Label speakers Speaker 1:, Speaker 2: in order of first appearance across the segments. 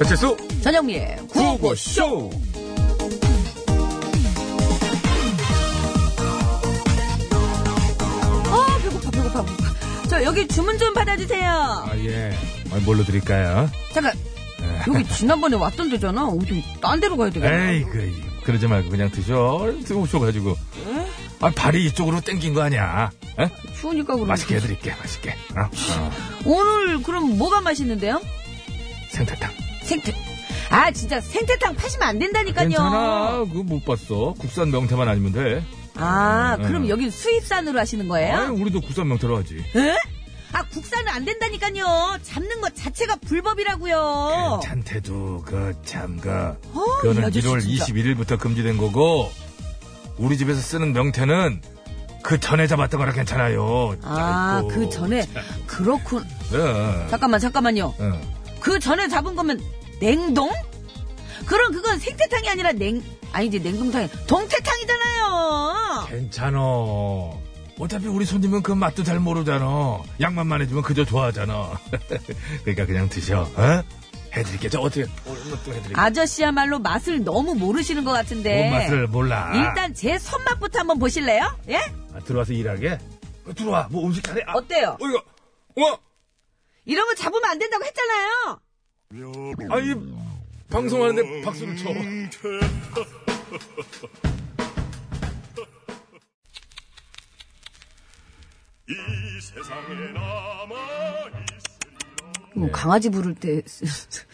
Speaker 1: 배칠수
Speaker 2: 전영미의
Speaker 1: 구호고쇼
Speaker 2: 아 배고파 배고파 배고파. 저 여기 주문 좀 받아주세요.
Speaker 1: 아예 뭘로 드릴까요?
Speaker 2: 잠깐 여기 지난번에 왔던 데잖아. 어디 딴 데로 가야 되겠네.
Speaker 1: 에이 그 그러지 말고 그냥 드셔 드고 오셔가지고 아 발이 이쪽으로 땡긴 거 아니야 에?
Speaker 2: 추우니까 그럼.
Speaker 1: 맛있게 해드릴게 맛있게 어? 어,
Speaker 2: 오늘 그럼 뭐가 맛있는데요?
Speaker 1: 생태탕
Speaker 2: 생태. 아 진짜 생태탕 파시면 안 된다니까요.
Speaker 1: 괜찮아 그거 못 봤어 국산 명태만 아니면 돼
Speaker 2: 아
Speaker 1: 음,
Speaker 2: 그럼
Speaker 1: 음.
Speaker 2: 여기 수입산으로 하시는
Speaker 1: 아이,
Speaker 2: 거예요?
Speaker 1: 우리도 국산 명태로 하지
Speaker 2: 에? 아 국산은 안 된다니까요. 잡는 것 자체가 불법이라고요.
Speaker 1: 괜찮대도 그참그
Speaker 2: 어, 이
Speaker 1: 그거는
Speaker 2: 아저씨
Speaker 1: 1월
Speaker 2: 진짜.
Speaker 1: 21일부터 금지된 거고 우리 집에서 쓰는 명태는 그 전에 잡았던 거라 괜찮아요
Speaker 2: 아,
Speaker 1: 아이고,
Speaker 2: 그 전에 그렇군.
Speaker 1: 예, 예.
Speaker 2: 잠깐만, 잠깐만요.
Speaker 1: 예.
Speaker 2: 그 전에 잡은 거면 냉동? 그럼 그건 생태탕이 아니라 냉 아니지 냉동탕이 동태탕이잖아요.
Speaker 1: 괜찮아. 어차피 우리 손님은 그 맛도 잘 모르잖아. 양만만 해주면 그저 좋아하잖아. 그러니까 그냥 드셔. 어? 해드릴게. 저 어떻게 오늘 것도 해드릴게.
Speaker 2: 아저씨야말로 맛을 너무 모르시는 것 같은데.
Speaker 1: 뭔 맛을 아. 몰라.
Speaker 2: 일단 제 손맛부터 한번 보실래요? 예?
Speaker 1: 아, 들어와서 일하게. 어, 들어와. 뭐 음식 잘해. 아,
Speaker 2: 어때요?
Speaker 1: 어 이거. 어.
Speaker 2: 이런 거 잡으면 안 된다고 했잖아요.
Speaker 1: 아이 방송하는데 박수를 쳐.
Speaker 3: 이 세상에 남아
Speaker 1: 네.
Speaker 2: 뭐 강아지 부를 때 쓰- 쓰-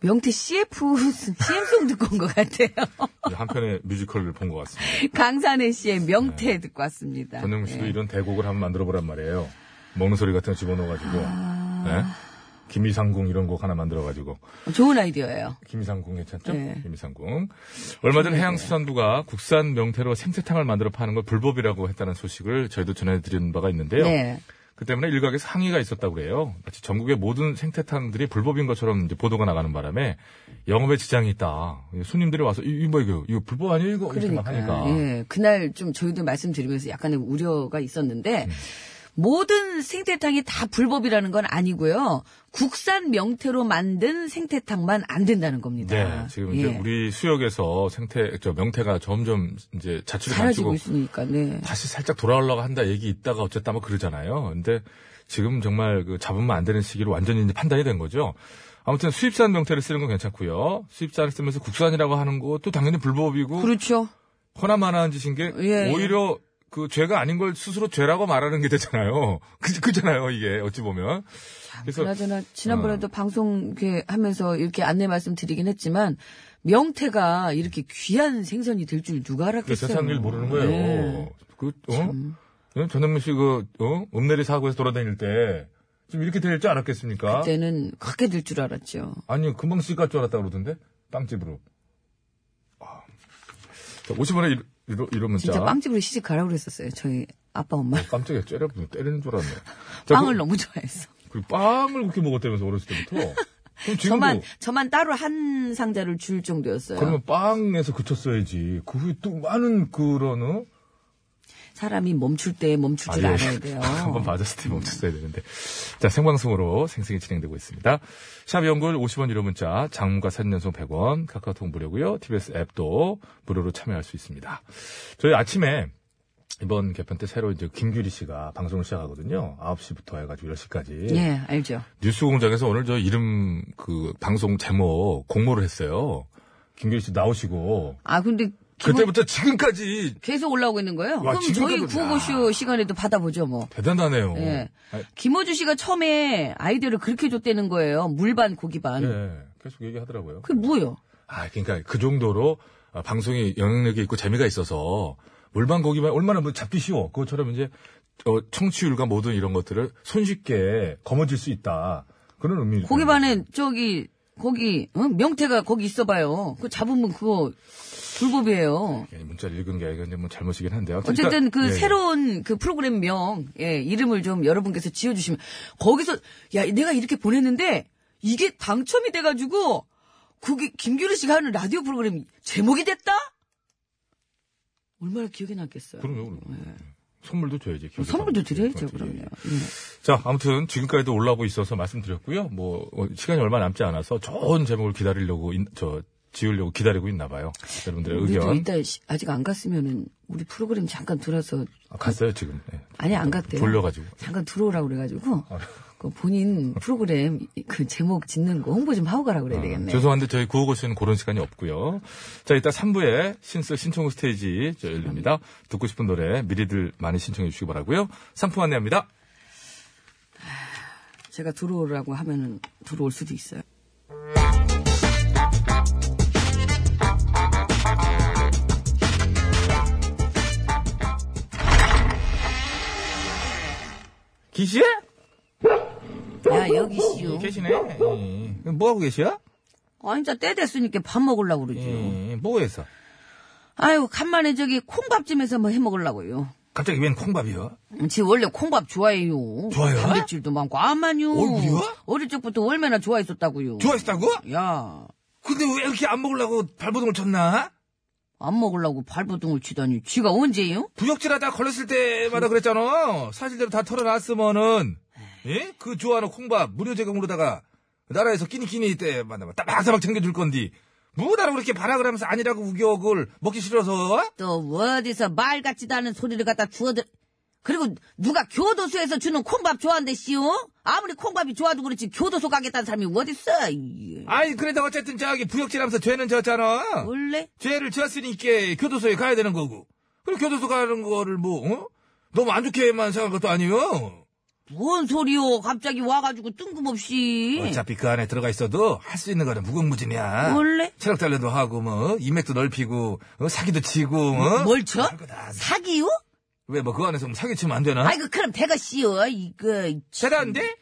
Speaker 2: 명태 CF CM송 듣고 온 것 같아요.
Speaker 1: 한편의 뮤지컬을 본 것 같습니다.
Speaker 2: 강산의 씨의 명태 듣고 왔습니다.
Speaker 1: 전영 씨도
Speaker 2: 예.
Speaker 1: 이런 대곡을 한번 만들어 보란 말이에요. 먹는 소리 같은 거 집어넣어가지고.
Speaker 2: 아.
Speaker 1: 예? 김이상궁 이런 곡 하나 만들어가지고.
Speaker 2: 좋은 아이디어예요.
Speaker 1: 김이상궁 괜찮죠?
Speaker 2: 네.
Speaker 1: 김이상궁. 얼마 전 해양수산부가 국산 명태로 생태탕을 만들어 파는 걸 불법이라고 했다는 소식을 저희도 전해드린 바가 있는데요.
Speaker 2: 네.
Speaker 1: 그 때문에 일각에서 항의가 있었다고 그래요. 마치 전국의 모든 생태탕들이 불법인 것처럼 이제 보도가 나가는 바람에 영업에 지장이 있다. 손님들이 와서 이- 이거 뭐 이거 이거 불법 아니에요? 이거 이렇게 막
Speaker 2: 그러니까
Speaker 1: 하니까.
Speaker 2: 예, 그날 좀 저희도 말씀드리면서 약간의 우려가 있었는데
Speaker 1: 음.
Speaker 2: 모든 생태탕이 다 불법이라는 건 아니고요. 국산 명태로 만든 생태탕만 안 된다는 겁니다.
Speaker 1: 네, 지금 이제
Speaker 2: 예.
Speaker 1: 우리 수역에서 생태 저 명태가 점점 이제 자취를
Speaker 2: 사라지고
Speaker 1: 감추고
Speaker 2: 있으니까. 네.
Speaker 1: 다시 살짝 돌아오려고 한다 얘기 있다가 어쨌다 뭐 그러잖아요. 근데 지금 정말 그 잡으면 안 되는 시기로 완전히 이제 판단이 된 거죠. 아무튼 수입산 명태를 쓰는 건 괜찮고요. 수입산을 쓰면서 국산이라고 하는 것도 당연히 불법이고
Speaker 2: 그렇죠.
Speaker 1: 허나만한 짓인 게
Speaker 2: 예,
Speaker 1: 오히려 그 죄가 아닌 걸 스스로 죄라고 말하는 게 되잖아요. 그, 그잖아요, 이게 어찌 보면. 그래서 어.
Speaker 2: 그나저나 지난번에도 방송 이렇게 하면서 이렇게 안내 말씀드리긴 했지만 명태가 이렇게 귀한 생선이 될 줄 누가
Speaker 1: 그
Speaker 2: 알았겠어요.
Speaker 1: 세상 일 모르는 거예요.
Speaker 2: 네.
Speaker 1: 그, 어? 예? 전현무 씨, 그, 어? 음내리 사고에서 돌아다닐 때, 지금 이렇게 될 줄 알았겠습니까?
Speaker 2: 그때는 크게 될 줄 알았죠.
Speaker 1: 아니, 금방 씨 갈 줄 알았다 그러던데? 빵집으로. 아. 50원에 이러, 이러 문자.
Speaker 2: 진짜 빵집으로 시집 가라고 그랬었어요. 저희 아빠 엄마.
Speaker 1: 어, 깜짝이야, 째려, 때리는 줄 알았네. 자,
Speaker 2: 빵을
Speaker 1: 그,
Speaker 2: 너무 좋아해서.
Speaker 1: 그 빵을 그렇게 먹었다면서, 어렸을 때부터. 그럼 지금도.
Speaker 2: 저만 저만 따로 한 상자를 줄 정도였어요.
Speaker 1: 그러면 빵에서 그쳤어야지. 그 후에 또 많은 그런, 어?
Speaker 2: 사람이 멈출 때 멈출 줄
Speaker 1: 아, 예.
Speaker 2: 알아야 돼요.
Speaker 1: 한번 맞았을 때 멈췄어야 되는데. 자, 생방송으로 생생히 진행되고 있습니다. 샵 연글 50원 유료 문자, 장문과 사진 연속 100원, 카카오톡 무료고요. TBS 앱도 무료로 참여할 수 있습니다. 저희 아침에 이번 개편 때 새로 이제 김규리 씨가 방송을 시작하거든요. 9시부터 해가지고 10시까지.
Speaker 2: 예, 알죠.
Speaker 1: 뉴스 공장에서 오늘 저 이름 그 방송 제목 공모를 했어요. 김규리 씨 나오시고.
Speaker 2: 아 근데 기분-
Speaker 1: 그때부터 지금까지
Speaker 2: 계속 올라오고 있는 거예요?
Speaker 1: 와,
Speaker 2: 그럼 저희
Speaker 1: 지금까지
Speaker 2: 구호쇼 시간에도 받아보죠 뭐.
Speaker 1: 대단하네요.
Speaker 2: 예.
Speaker 1: 아니,
Speaker 2: 김호주 씨가 처음에 아이디어를 그렇게 줬다는 거예요. 물반 고기반.
Speaker 1: 예, 계속 얘기하더라고요.
Speaker 2: 그게 뭐예요?
Speaker 1: 아, 그러니까 그 정도로 아, 방송이 영향력이 있고 재미가 있어서 물방 고기만 얼마나 뭐 잡기 쉬워. 그것처럼 이제 어, 청취율과 모든 이런 것들을 손쉽게 거머쥘 수 있다. 그런 의미.
Speaker 2: 고기반에 저기 거기 어? 명태가 거기 있어봐요. 그거 잡으면 그거 불법이에요.
Speaker 1: 예, 문자를 읽은 게 아니라 이제 뭐 잘못이긴 한데. 요 그러니까
Speaker 2: 어쨌든
Speaker 1: 예,
Speaker 2: 그 새로운 그 프로그램명 예, 이름을 좀 여러분께서 지어주시면 거기서 야 내가 이렇게 보냈는데 이게 당첨이 돼가지고 그게 김규리 씨가 하는 라디오 프로그램 제목이 됐다? 얼마나 기억에 남겠어요. 뭐
Speaker 1: 그럼요, 그럼요. 선물도 줘야지. 기억에
Speaker 2: 음. 선물도
Speaker 1: 남는
Speaker 2: 드려야죠, 예.
Speaker 1: 것들이.
Speaker 2: 그럼요.
Speaker 1: 자, 아무튼 지금까지도 올라오고 있어서 말씀드렸고요. 뭐 어, 시간이 얼마 남지 않아서 좋은 제목을 기다리려고 인- 저 지으려고 기다리고 있나 봐요. 네, 여러분들의
Speaker 2: 우리도
Speaker 1: 의견
Speaker 2: 이따 시- 아직 안 갔으면은 우리 프로그램 잠깐 들어서
Speaker 1: 아, 갔어요 지금. 네.
Speaker 2: 아니 안 갔대요.
Speaker 1: 돌려가지고. 아.
Speaker 2: 잠깐 들어오라 고 그래가지고 그 본인 프로그램 이- 그 제목 짓는 거 홍보 좀 하고 가라 그래야 되겠네. 요
Speaker 1: 죄송한데 아, 저희 구호고 씨는 그런 시간이 없고요. 자, 이따 3부에 신스 신청 스테이지 저 열립니다. 듣고 싶은 노래 미리들 많이 신청해 주시기 바라고요. 상품 안내합니다.
Speaker 2: 제가 들어오라고 하면은 들어올 수도 있어요.
Speaker 1: 기시에?
Speaker 2: 야 여기 씨요.
Speaker 1: 계시네. 뭐 하고 계시야?
Speaker 2: 아 진짜 때 됐으니까 밥 먹으려고 그러지.
Speaker 1: 뭐 해서?
Speaker 2: 아유 간만에 저기 콩밥집에서 뭐 해 먹으려고요.
Speaker 1: 갑자기 웬 콩밥이요?
Speaker 2: 음, 지 원래 콩밥 좋아해요.
Speaker 1: 좋아요?
Speaker 2: 단백질도 많고 아만요.
Speaker 1: 얼굴이요?
Speaker 2: 어릴 적부터 얼마나 좋아했었다고요.
Speaker 1: 좋아했다고?
Speaker 2: 야.
Speaker 1: 근데 왜 이렇게 안 먹으려고 발버둥을 쳤나?
Speaker 2: 안 먹으려고 발버둥을 치다니 쥐가 언제요?
Speaker 1: 부역질하다 걸렸을 때마다 그랬잖아. 사실대로 다 털어놨으면은, 예? 그 좋아하는 콩밥 무료 제공으로다가 나라에서 끼니끼니 때 만나면 따박따박 챙겨줄 건디. 뭐다라고 그렇게 발악을 하면서 아니라고 우격을 먹기 싫어서?
Speaker 2: 또 어디서 말 같지도 않은 소리를 갖다 주어들 그리고 누가 교도소에서 주는 콩밥 좋아한대 씨요? 아무리 콩밥이 좋아도 그렇지 교도소 가겠다는 사람이 어딨어? 이.
Speaker 1: 아니, 그래도 어쨌든 저기 부역질하면서 죄는 졌잖아.
Speaker 2: 원래
Speaker 1: 죄를 지었으니까 교도소에 가야 되는 거고. 그리고 교도소 가는 거를 뭐, 어? 너무 안 좋게만 생각한 것도 아니요.
Speaker 2: 뭔 소리요? 갑자기 와가지고 뜬금없이
Speaker 1: 어차피 그 안에 들어가 있어도 할 수 있는 거는 무궁무진이야.
Speaker 2: 원래
Speaker 1: 체력 단련도 하고 뭐 인맥도 넓히고 어, 사기도 치고 어?
Speaker 2: 뭐, 뭘 쳐?
Speaker 1: 별거다.
Speaker 2: 사기요?
Speaker 1: 왜뭐 그 안에서 뭐 사기 치면 안 되나?
Speaker 2: 아이고 그럼 대가 씨요 이거 그,
Speaker 1: 대단한데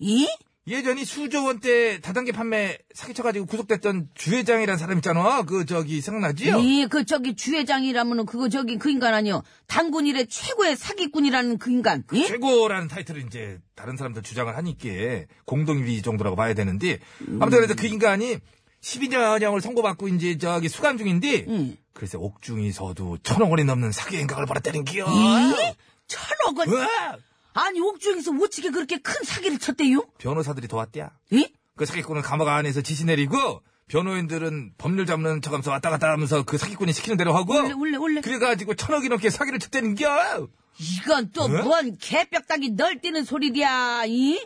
Speaker 2: 이?
Speaker 1: 예전이 수조 원대 다단계 판매 사기 쳐가지고 구속됐던 주회장이란 사람 있잖아. 그 저기 생각나지요?
Speaker 2: 이, 그, 저기, 주회장이라면은, 그거, 저기, 그 인간 아니요. 단군 이래 최고의 사기꾼이라는 그 인간. 예?
Speaker 1: 최고라는 타이틀을 이제 다른 사람들 주장을 하니까 공동 1위 정도라고 봐야 되는데 아무튼 그래서 그 인간이 12년형을 선고받고 이제 저기 수감 중인데
Speaker 2: 음.
Speaker 1: 글쎄 옥중에서도 천억 원이 넘는 사기 행각을 벌어 때린 기요. 어?
Speaker 2: 이? 천억을.
Speaker 1: 으아!
Speaker 2: 아니, 옥중에서 어떻게 그렇게 큰 사기를 쳤대요?
Speaker 1: 변호사들이 도왔대야.
Speaker 2: 예?
Speaker 1: 그 사기꾼은 감옥 안에서 지시 내리고 변호인들은 법률 잡는 척하면서 왔다 갔다 하면서 그 사기꾼이 시키는 대로 하고
Speaker 2: 원래, 원래, 원래.
Speaker 1: 그래가지고 천억이 넘게 사기를 쳤다는겨.
Speaker 2: 이건 또
Speaker 1: 응?
Speaker 2: 뭔 개벽당이 널뛰는 소리랴, 이?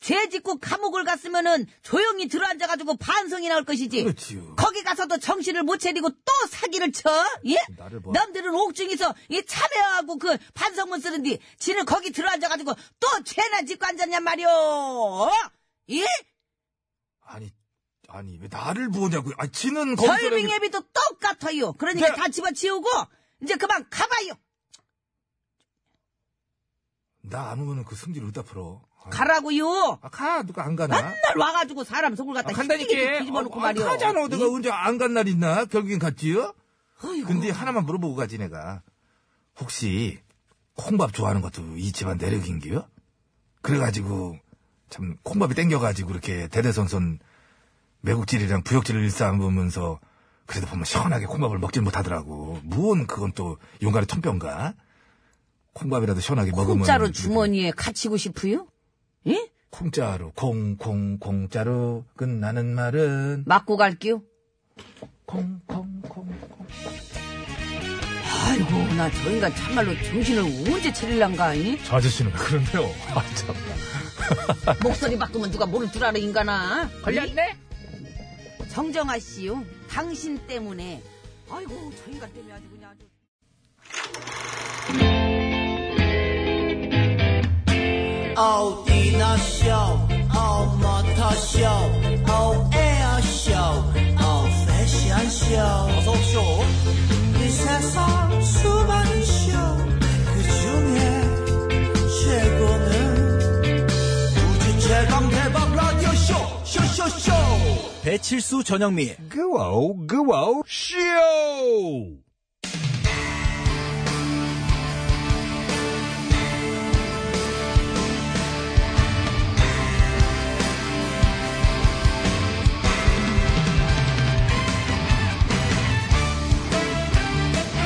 Speaker 2: 죄 짓고 감옥을 갔으면은 조용히 들어앉아가지고 반성이 나올 것이지.
Speaker 1: 그렇지요.
Speaker 2: 거기 가서도 정신을 못 차리고 또 사기를 쳐, 예?
Speaker 1: 나를 뭐. 봐.
Speaker 2: 남들은 옥중에서 이 참여하고 그 반성문 쓰는 뒤, 지는 거기 들어앉아가지고 또 죄나 짓고 앉았냔 말이오, 어? 예?
Speaker 1: 아니 아니 왜 나를 보냐고요. 아 지는 거기서
Speaker 2: 절빙 예비도 똑같아요. 그러니까
Speaker 1: 네.
Speaker 2: 다 집어치우고, 이제 그만 가봐요.
Speaker 1: 나 아무거나 그 승질 어디다 풀어. 아니,
Speaker 2: 가라고요.
Speaker 1: 아, 가 누가 안 가나?
Speaker 2: 맨날 와가지고 사람 속을 갖다
Speaker 1: 아,
Speaker 2: 힘들게
Speaker 1: 간다니까.
Speaker 2: 뒤집어 놓고
Speaker 1: 아,
Speaker 2: 말이야.
Speaker 1: 가잖아. 내가
Speaker 2: 예?
Speaker 1: 언제 안 간 날 있나? 결국엔 갔지요.
Speaker 2: 어이구.
Speaker 1: 근데 하나만 물어보고 가지 내가 혹시 콩밥 좋아하는 것도 이 집안 내력인기요? 그래가지고 참 콩밥이 땡겨가지고 이렇게 대대손손 매국질이랑 부역질을 일삼으면서 그래도 보면 시원하게 콩밥을 먹질 못하더라고 무언 그건 또 용가리 통병가 콩밥이라도 시원하게 먹으면
Speaker 2: 공짜로 주머니에 갇히고 싶어요? 예?
Speaker 1: 콩짜로 콩콩 콩짜로 끝나는 말은
Speaker 2: 맞고 갈게요.
Speaker 1: 콩콩콩콩
Speaker 2: 아이고, 나 저 인간 참말로 정신을 언제 차릴란가, 이?
Speaker 1: 저 아저씨는 왜 그런데요? 아 참나
Speaker 2: 목소리 바꾸면 누가 모를 줄 알아, 인간아. 걸렸네? 정정아 씨요. 당신 때문에. 아이고, 저 인간 때문에 아주 그냥 아주.
Speaker 4: 어디나 쇼, 어머터 쇼, 어에어 쇼, 어 패션 쇼. 어서 쇼. 이 세상 수많은 쇼, 그 중에 최고는 우주 최강 대박 라디오 쇼, 쇼쇼쇼. 배칠수 전영미.
Speaker 1: 그와우 그와우 쇼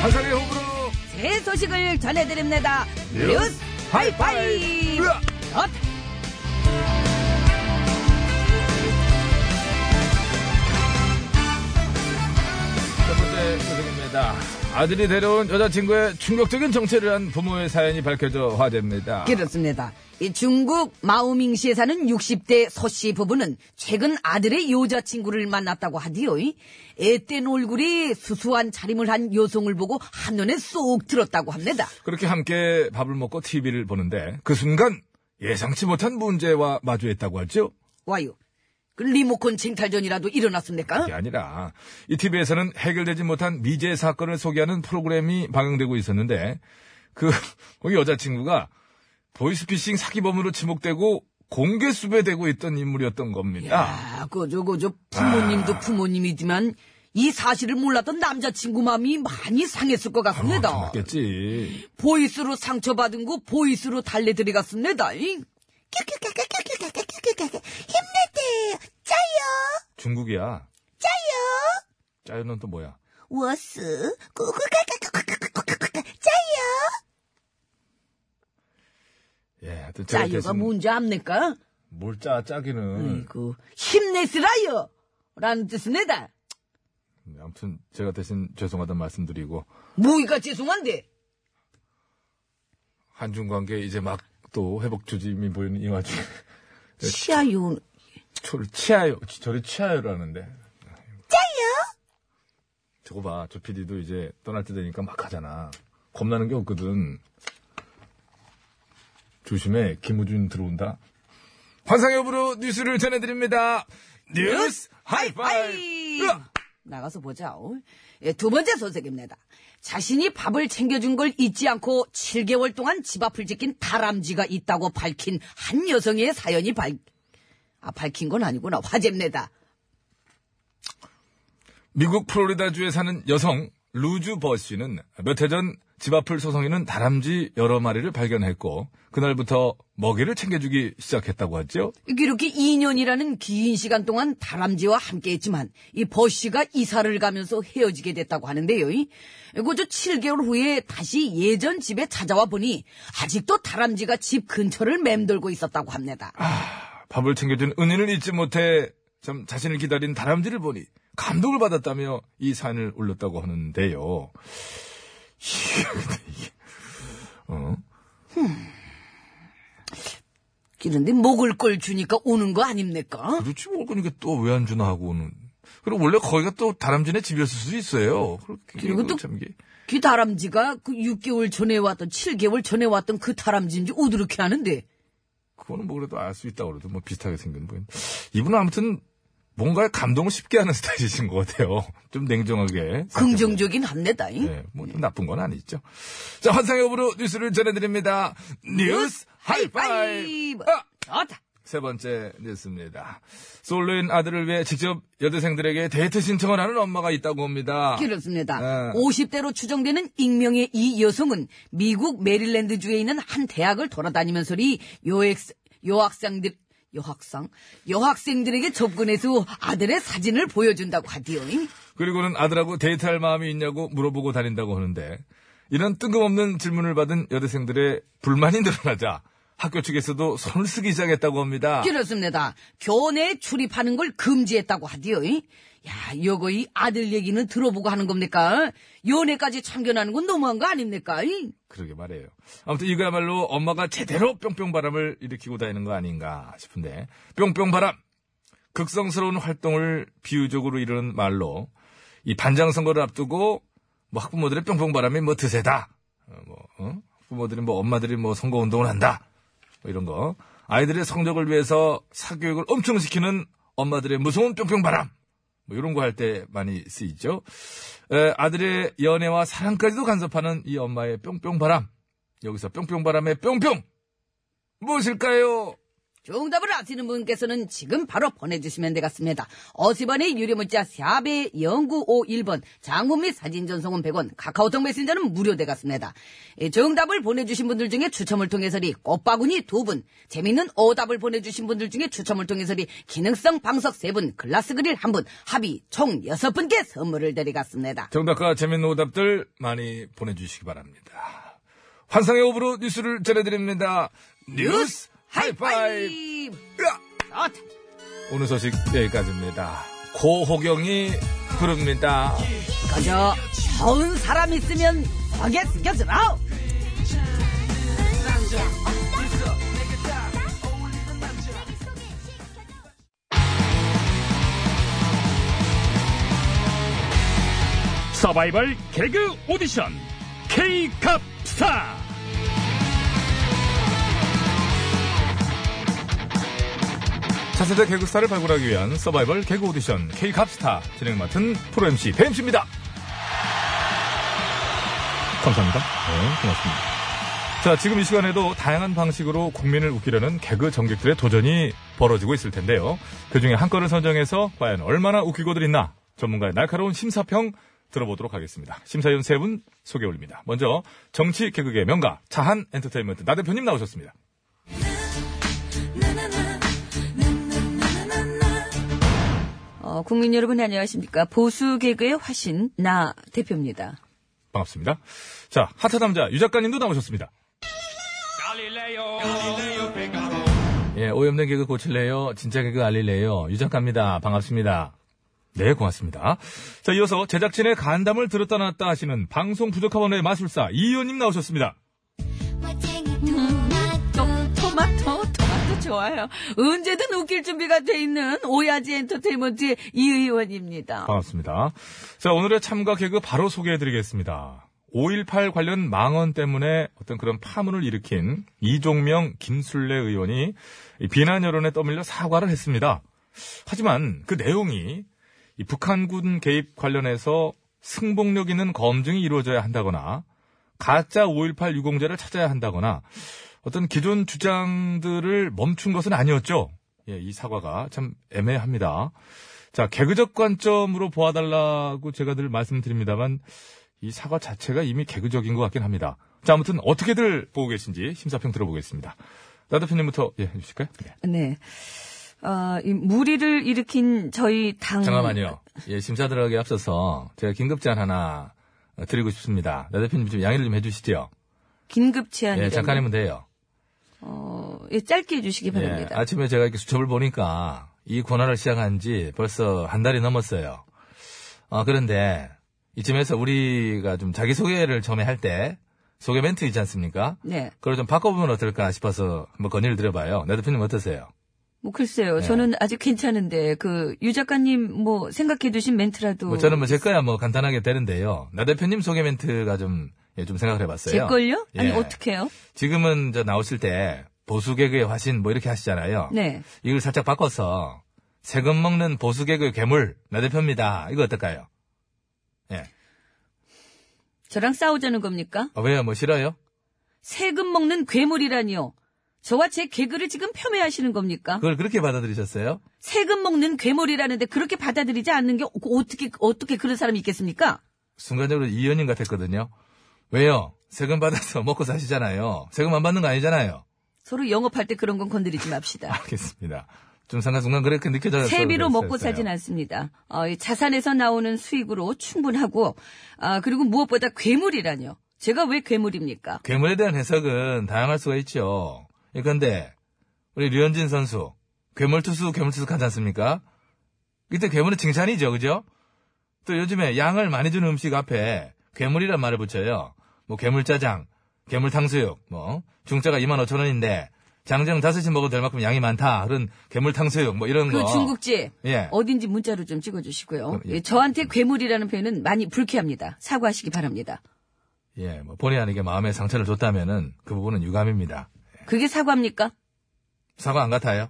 Speaker 1: 환상의 호불호
Speaker 2: 세상에 소식을 전해드립니다. 뉴스 예. 하이파이브! 어?
Speaker 1: 첫 번째 소식입니다. 아들이 데려온 여자친구의 충격적인 정체를 한 부모의 사연이 밝혀져 화제입니다.
Speaker 2: 그렇습니다. 이 중국 마오밍시에 사는 60대 서씨 부부는 최근 아들의 여자친구를 만났다고 하디요. 애땐 얼굴이 수수한 차림을 한 여성을 보고 한눈에 쏙 들었다고 합니다.
Speaker 1: 그렇게 함께 밥을 먹고 TV를 보는데 그 순간 예상치 못한 문제와 마주했다고 하죠.
Speaker 2: 와요. 그 리모컨 쟁탈전이라도 일어났습니까?
Speaker 1: 그게 아니라 이 TV에서는 해결되지 못한 미제 사건을 소개하는 프로그램이 방영되고 있었는데 그 거기 여자친구가 보이스피싱 사기범으로 지목되고 공개 수배되고 있던 인물이었던 겁니다.
Speaker 2: 야, 그저 그저 부모님도 부모님이지만 이 사실을 몰랐던 남자친구 마음이 많이 상했을 것 같습니다.
Speaker 1: 아, 맞겠지.
Speaker 2: 보이스로 상처받은 거 보이스로 달래드리겠습니다.
Speaker 5: 힘내세요. 짜요.
Speaker 1: 중국이야. 짜요. 짜요는 또 뭐야?
Speaker 5: 워스. 꾸꾸까까까까까까까까. 짜요.
Speaker 1: 예, 하여튼 제가 그러니까.
Speaker 2: 자유가
Speaker 1: 계속
Speaker 2: 뭔지 압니까?
Speaker 1: 뭘 짜, 짜기는.
Speaker 2: 아이고, 힘내시라요! 라는 뜻입니다.
Speaker 1: 아무튼 제가 대신 죄송하다는 말씀드리고
Speaker 2: 무기가 죄송한데,
Speaker 1: 한중 관계 이제 막 또 회복 조짐이 보이는 이 와중에
Speaker 2: 치아요.
Speaker 1: 저를 치아요, 저를 치아요라는데. 짜요? 저거 봐, 저 PD도 이제 떠날 때 되니까 막 하잖아. 겁나는 게 없거든. 조심해, 김우준 들어온다. 환상의 오브로 뉴스를 전해드립니다. 뉴스
Speaker 2: 아이!
Speaker 1: 하이파이브! 으악!
Speaker 2: 나가서 보자. 어? 예, 두 번째 소식입니다. 자신이 밥을 챙겨준 걸 잊지 않고 7개월 동안 집 앞을 지킨 다람쥐가 있다고 밝힌 한 여성의 사연이 밝, 아, 밝힌 건 아니구나. 화제입니다.
Speaker 1: 미국 플로리다주에 사는 여성 루즈 버 씨는 몇 해 전 집 앞을 소송이는 다람쥐 여러 마리를 발견했고 그날부터 먹이를 챙겨주기 시작했다고 하죠.
Speaker 2: 이렇게 2년이라는 긴 시간 동안 다람쥐와 함께했지만 이 버씨가 이사를 가면서 헤어지게 됐다고 하는데요. 이- 그저 7개월 후에 다시 예전 집에 찾아와 보니 아직도 다람쥐가 집 근처를 맴돌고 있었다고 합니다.
Speaker 1: 밥을 챙겨준 은인을 잊지 못해 참 자신을 기다린 다람쥐를 보니 감동을 받았다며 이 사연을 올렸다고 하는데요. 이게 근데 이게, 어?
Speaker 2: 그런데 먹을 걸 주니까 오는 거 아닙니까?
Speaker 1: 그렇지 뭘 그러니까 또 왜 안 주나 하고는. 그리고 원래 거기가 또 다람쥐네 집이었을 수도 있어요. 그렇게
Speaker 2: 그리고 또-
Speaker 1: 참 이게.
Speaker 2: 그 다람쥐가 그 6개월 전에 왔던 7개월 전에 왔던 그 다람쥐인지 오드르게 하는데
Speaker 1: 그거는 뭐 그래도 알 수 있다고 그래도 뭐 비슷하게 생긴 분. 이분은 아무튼 뭔가 감동을 쉽게 하는 스타일이신 것 같아요. 좀 냉정하게.
Speaker 2: 긍정적인 합니다. 이.
Speaker 1: 네, 뭐좀 나쁜 건 아니죠. 자, 환상의 오브로 뉴스를 전해드립니다. 뉴스 하이파이브! 아!
Speaker 2: 어다.
Speaker 1: 세 번째 뉴스입니다. 솔로인 아들을 위해 직접 여대생들에게 데이트 신청을 하는 엄마가 있다고 합니다.
Speaker 2: 그렇습니다.
Speaker 1: 네.
Speaker 2: 50대로 추정되는 익명의 이 여성은 미국 메릴랜드주에 있는 한 대학을 돌아다니면서 이 요액, 여학생들, 여학생? 여학생들에게 접근해서 아들의 사진을 보여준다고 하디요.
Speaker 1: 그리고는 아들하고 데이트할 마음이 있냐고 물어보고 다닌다고 하는데 이런 뜬금없는 질문을 받은 여대생들의 불만이 늘어나자 학교 측에서도 손을 쓰기 시작했다고 합니다.
Speaker 2: 그렇습니다. 교내에 출입하는 걸 금지했다고 하디요. 야, 요거 이 아들 얘기는 들어보고 하는 겁니까? 연애까지 참견하는 건 너무한 거 아닙니까? 이?
Speaker 1: 그러게 말이에요. 아무튼 이거야말로 엄마가 제대로 뿅뿅바람을 일으키고 다니는 거 아닌가 싶은데 뿅뿅바람 극성스러운 활동을 비유적으로 이르는 말로 이 반장 선거를 앞두고 뭐 학부모들의 뿅뿅바람이 뭐 드세다 어, 뭐 어? 학부모들이 뭐 엄마들이 뭐 선거 운동을 한다 뭐 이런 거 아이들의 성적을 위해서 사교육을 엄청 시키는 엄마들의 무서운 뿅뿅바람 뭐 이런 거 할 때 많이 쓰이죠. 에, 아들의 연애와 사랑까지도 간섭하는 이 엄마의 뿅뿅바람. 여기서 뿅뿅바람의 뿅뿅! 무엇일까요?
Speaker 2: 정답을 아시는 분께서는 지금 바로 보내주시면 되겠습니다. 50원의 유료문자 샵의 0951번, 장문 및 사진 전송은 100원, 카카오톡 메신저는 무료 되겠습니다. 예, 정답을 보내주신 분들 중에 추첨을 통해서리 꽃바구니 2분, 재밌는 오답을 보내주신 분들 중에 추첨을 통해서리 기능성 방석 3분, 글라스 그릴 1분, 합의 총 6분께 선물을 드리겠습니다.
Speaker 1: 정답과 재밌는 오답들 많이 보내주시기 바랍니다. 환상의 호불호 뉴스를 전해드립니다. 뉴스 하이파이브! 으아!
Speaker 6: 좋다.
Speaker 1: 오늘 소식 여기까지입니다. 고호경이 부릅니다.
Speaker 6: 그저 좋은 사람 있으면 소개 시켜주라.
Speaker 7: 서바이벌 개그 오디션 K-컵 스타
Speaker 1: 차세대 개그스타를 발굴하기 위한 서바이벌 개그 오디션 K갑스타 진행 맡은 프로 MC 배임씨입니다. 감사합니다. 네, 고맙습니다. 자, 지금 이 시간에도 다양한 방식으로 국민을 웃기려는 개그 전객들의 도전이 벌어지고 있을 텐데요. 그 중에 한 건을 선정해서 과연 얼마나 웃기고들 있나 전문가의 날카로운 심사평 들어보도록 하겠습니다. 심사위원 세 분 소개 올립니다. 먼저 정치 개그계 명가 자한 엔터테인먼트 나 대표님 나오셨습니다.
Speaker 2: 어, 국민 여러분 안녕하십니까. 보수 개그의 화신 나 대표입니다.
Speaker 1: 반갑습니다. 자, 하트 남자 유 작가님도 나오셨습니다. 예, 오염된 개그 고칠래요? 진짜 개그 알릴래요? 유 작가입니다. 반갑습니다. 네, 고맙습니다. 자, 이어서 제작진의 간담을 들었다 놨다 하시는 방송 부족합원의 마술사 이 의원님 나오셨습니다.
Speaker 2: 또, 토마토, 토마토 좋아요. 언제든 웃길 준비가 돼 있는 오야지 엔터테인먼트의 이 의원입니다.
Speaker 1: 반갑습니다. 아, 자, 오늘의 참가 개그 바로 소개해드리겠습니다. 5.18 관련 망언 때문에 어떤 그런 파문을 일으킨 이종명, 김술래 의원이 이 비난 여론에 떠밀려 사과를 했습니다. 하지만 그 내용이 이 북한군 개입 관련해서 승복력 있는 검증이 이루어져야 한다거나 가짜 5.18 유공자를 찾아야 한다거나 어떤 기존 주장들을 멈춘 것은 아니었죠. 예, 이 사과가 참 애매합니다. 자, 개그적 관점으로 보아달라고 제가 늘 말씀드립니다만, 이 사과 자체가 이미 개그적인 것 같긴 합니다. 자, 아무튼 어떻게들 보고 계신지 심사평 들어보겠습니다. 나 대표님부터, 예, 해주실까요? 예.
Speaker 2: 네. 어, 이 무리를 일으킨 저희 당.
Speaker 1: 잠깐만요. 예, 심사 들어가기 앞서서 제가 긴급 제안 하나 어, 드리고 싶습니다. 나 대표님 좀 양해를 좀 해주시죠.
Speaker 2: 긴급 제안이.
Speaker 1: 예, 잠깐이면 돼요.
Speaker 2: 어, 예, 짧게 해주시기
Speaker 1: 예,
Speaker 2: 바랍니다.
Speaker 1: 아침에 제가 이렇게 수첩을 보니까 이 코너를 시작한 지 벌써 한 달이 넘었어요. 아, 그런데 이쯤에서 우리가 좀 자기소개를 처음에 할 때 소개 멘트 있지 않습니까?
Speaker 2: 네.
Speaker 1: 그걸 좀 바꿔보면 어떨까 싶어서 한번 건의를 드려봐요. 내 대표님 어떠세요?
Speaker 2: 뭐,
Speaker 1: 예.
Speaker 2: 글쎄요. 저는 아직 괜찮은데, 그, 유 작가님, 뭐, 생각해 두신 멘트라도.
Speaker 1: 뭐 저는 뭐 제 거야 뭐 간단하게 되는데요. 나 대표님 소개 멘트가 좀, 예, 좀 생각을 해봤어요.
Speaker 2: 제 걸요? 아니,
Speaker 1: 예.
Speaker 2: 어떡해요?
Speaker 1: 지금은 저 나오실 때 보수 개그의 화신 뭐 이렇게 하시잖아요.
Speaker 2: 네.
Speaker 1: 이걸 살짝 바꿔서 세금 먹는 보수 개그의 괴물 나 대표입니다. 이거 어떨까요? 예.
Speaker 2: 저랑 싸우자는 겁니까?
Speaker 1: 아, 왜요? 뭐 싫어요?
Speaker 2: 세금 먹는 괴물이라니요. 저와 제 개그를 지금 폄훼하시는 겁니까?
Speaker 1: 그걸 그렇게 받아들이셨어요?
Speaker 2: 세금 먹는 괴물이라는데 그렇게 받아들이지 않는 게 어- 어떻게 어떻게 그런 사람이 있겠습니까?
Speaker 1: 순간적으로 이연인 같았거든요. 왜요? 세금 받아서 먹고 사시잖아요. 세금 안 받는 거 아니잖아요.
Speaker 2: 서로 영업할 때 그런 건 건드리지
Speaker 1: 아,
Speaker 2: 맙시다.
Speaker 1: 알겠습니다. 좀 순간순간 그렇게 느껴져서
Speaker 2: 세비로 먹고
Speaker 1: 그랬었어요.
Speaker 2: 살진 않습니다. 어, 이 자산에서 나오는 수익으로 충분하고 아, 그리고 무엇보다 괴물이라뇨. 제가 왜 괴물입니까?
Speaker 1: 괴물에 대한 해석은 다양할 수가 있죠. 예, 그런데 우리 류현진 선수 괴물 투수 괴물 투수 하지 않습니까? 이때 괴물은 칭찬이죠, 그죠? 또 요즘에 양을 많이 주는 음식 앞에 괴물이란 말을 붙여요. 뭐 괴물 짜장, 괴물 탕수육, 뭐 중짜가 2만 5천 원인데 장정 다섯이 먹어도 될 만큼 양이 많다. 그런 괴물 탕수육 뭐 이런
Speaker 2: 그
Speaker 1: 거.
Speaker 2: 중국집
Speaker 1: 예.
Speaker 2: 어딘지 문자로 좀 찍어주시고요.
Speaker 1: 예.
Speaker 2: 예, 저한테 괴물이라는 표현은 많이 불쾌합니다. 사과하시기 바랍니다.
Speaker 1: 예, 뭐 본의 아니게 마음에 상처를 줬다면은 그 부분은 유감입니다.
Speaker 2: 그게 사과입니까?
Speaker 1: 사과 안 같아요?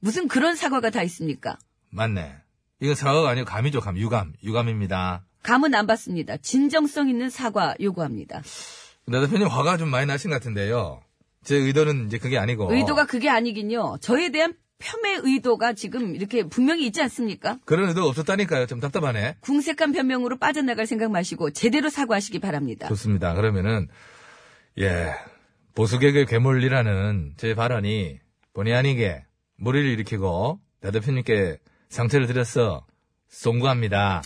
Speaker 2: 무슨 그런 사과가 다 있습니까?
Speaker 1: 맞네. 이건 사과가 아니고 감이죠, 감. 유감. 유감입니다.
Speaker 2: 감은 안 받습니다. 진정성 있는 사과 요구합니다.
Speaker 1: 나 대표님 화가 좀 많이 나신 것 같은데요. 제 의도는 이제 그게 아니고.
Speaker 2: 의도가 그게 아니긴요. 저에 대한 폄훼 의도가 지금 이렇게 분명히 있지 않습니까?
Speaker 1: 그런 의도가 없었다니까요. 좀 답답하네.
Speaker 2: 궁색한 변명으로 빠져나갈 생각 마시고 제대로 사과하시기 바랍니다.
Speaker 1: 좋습니다. 그러면은 예 보수개그 괴물이라는 제 발언이 본의 아니게 무리를 일으키고 나 대표님께 상처를 드렸어. 송구합니다.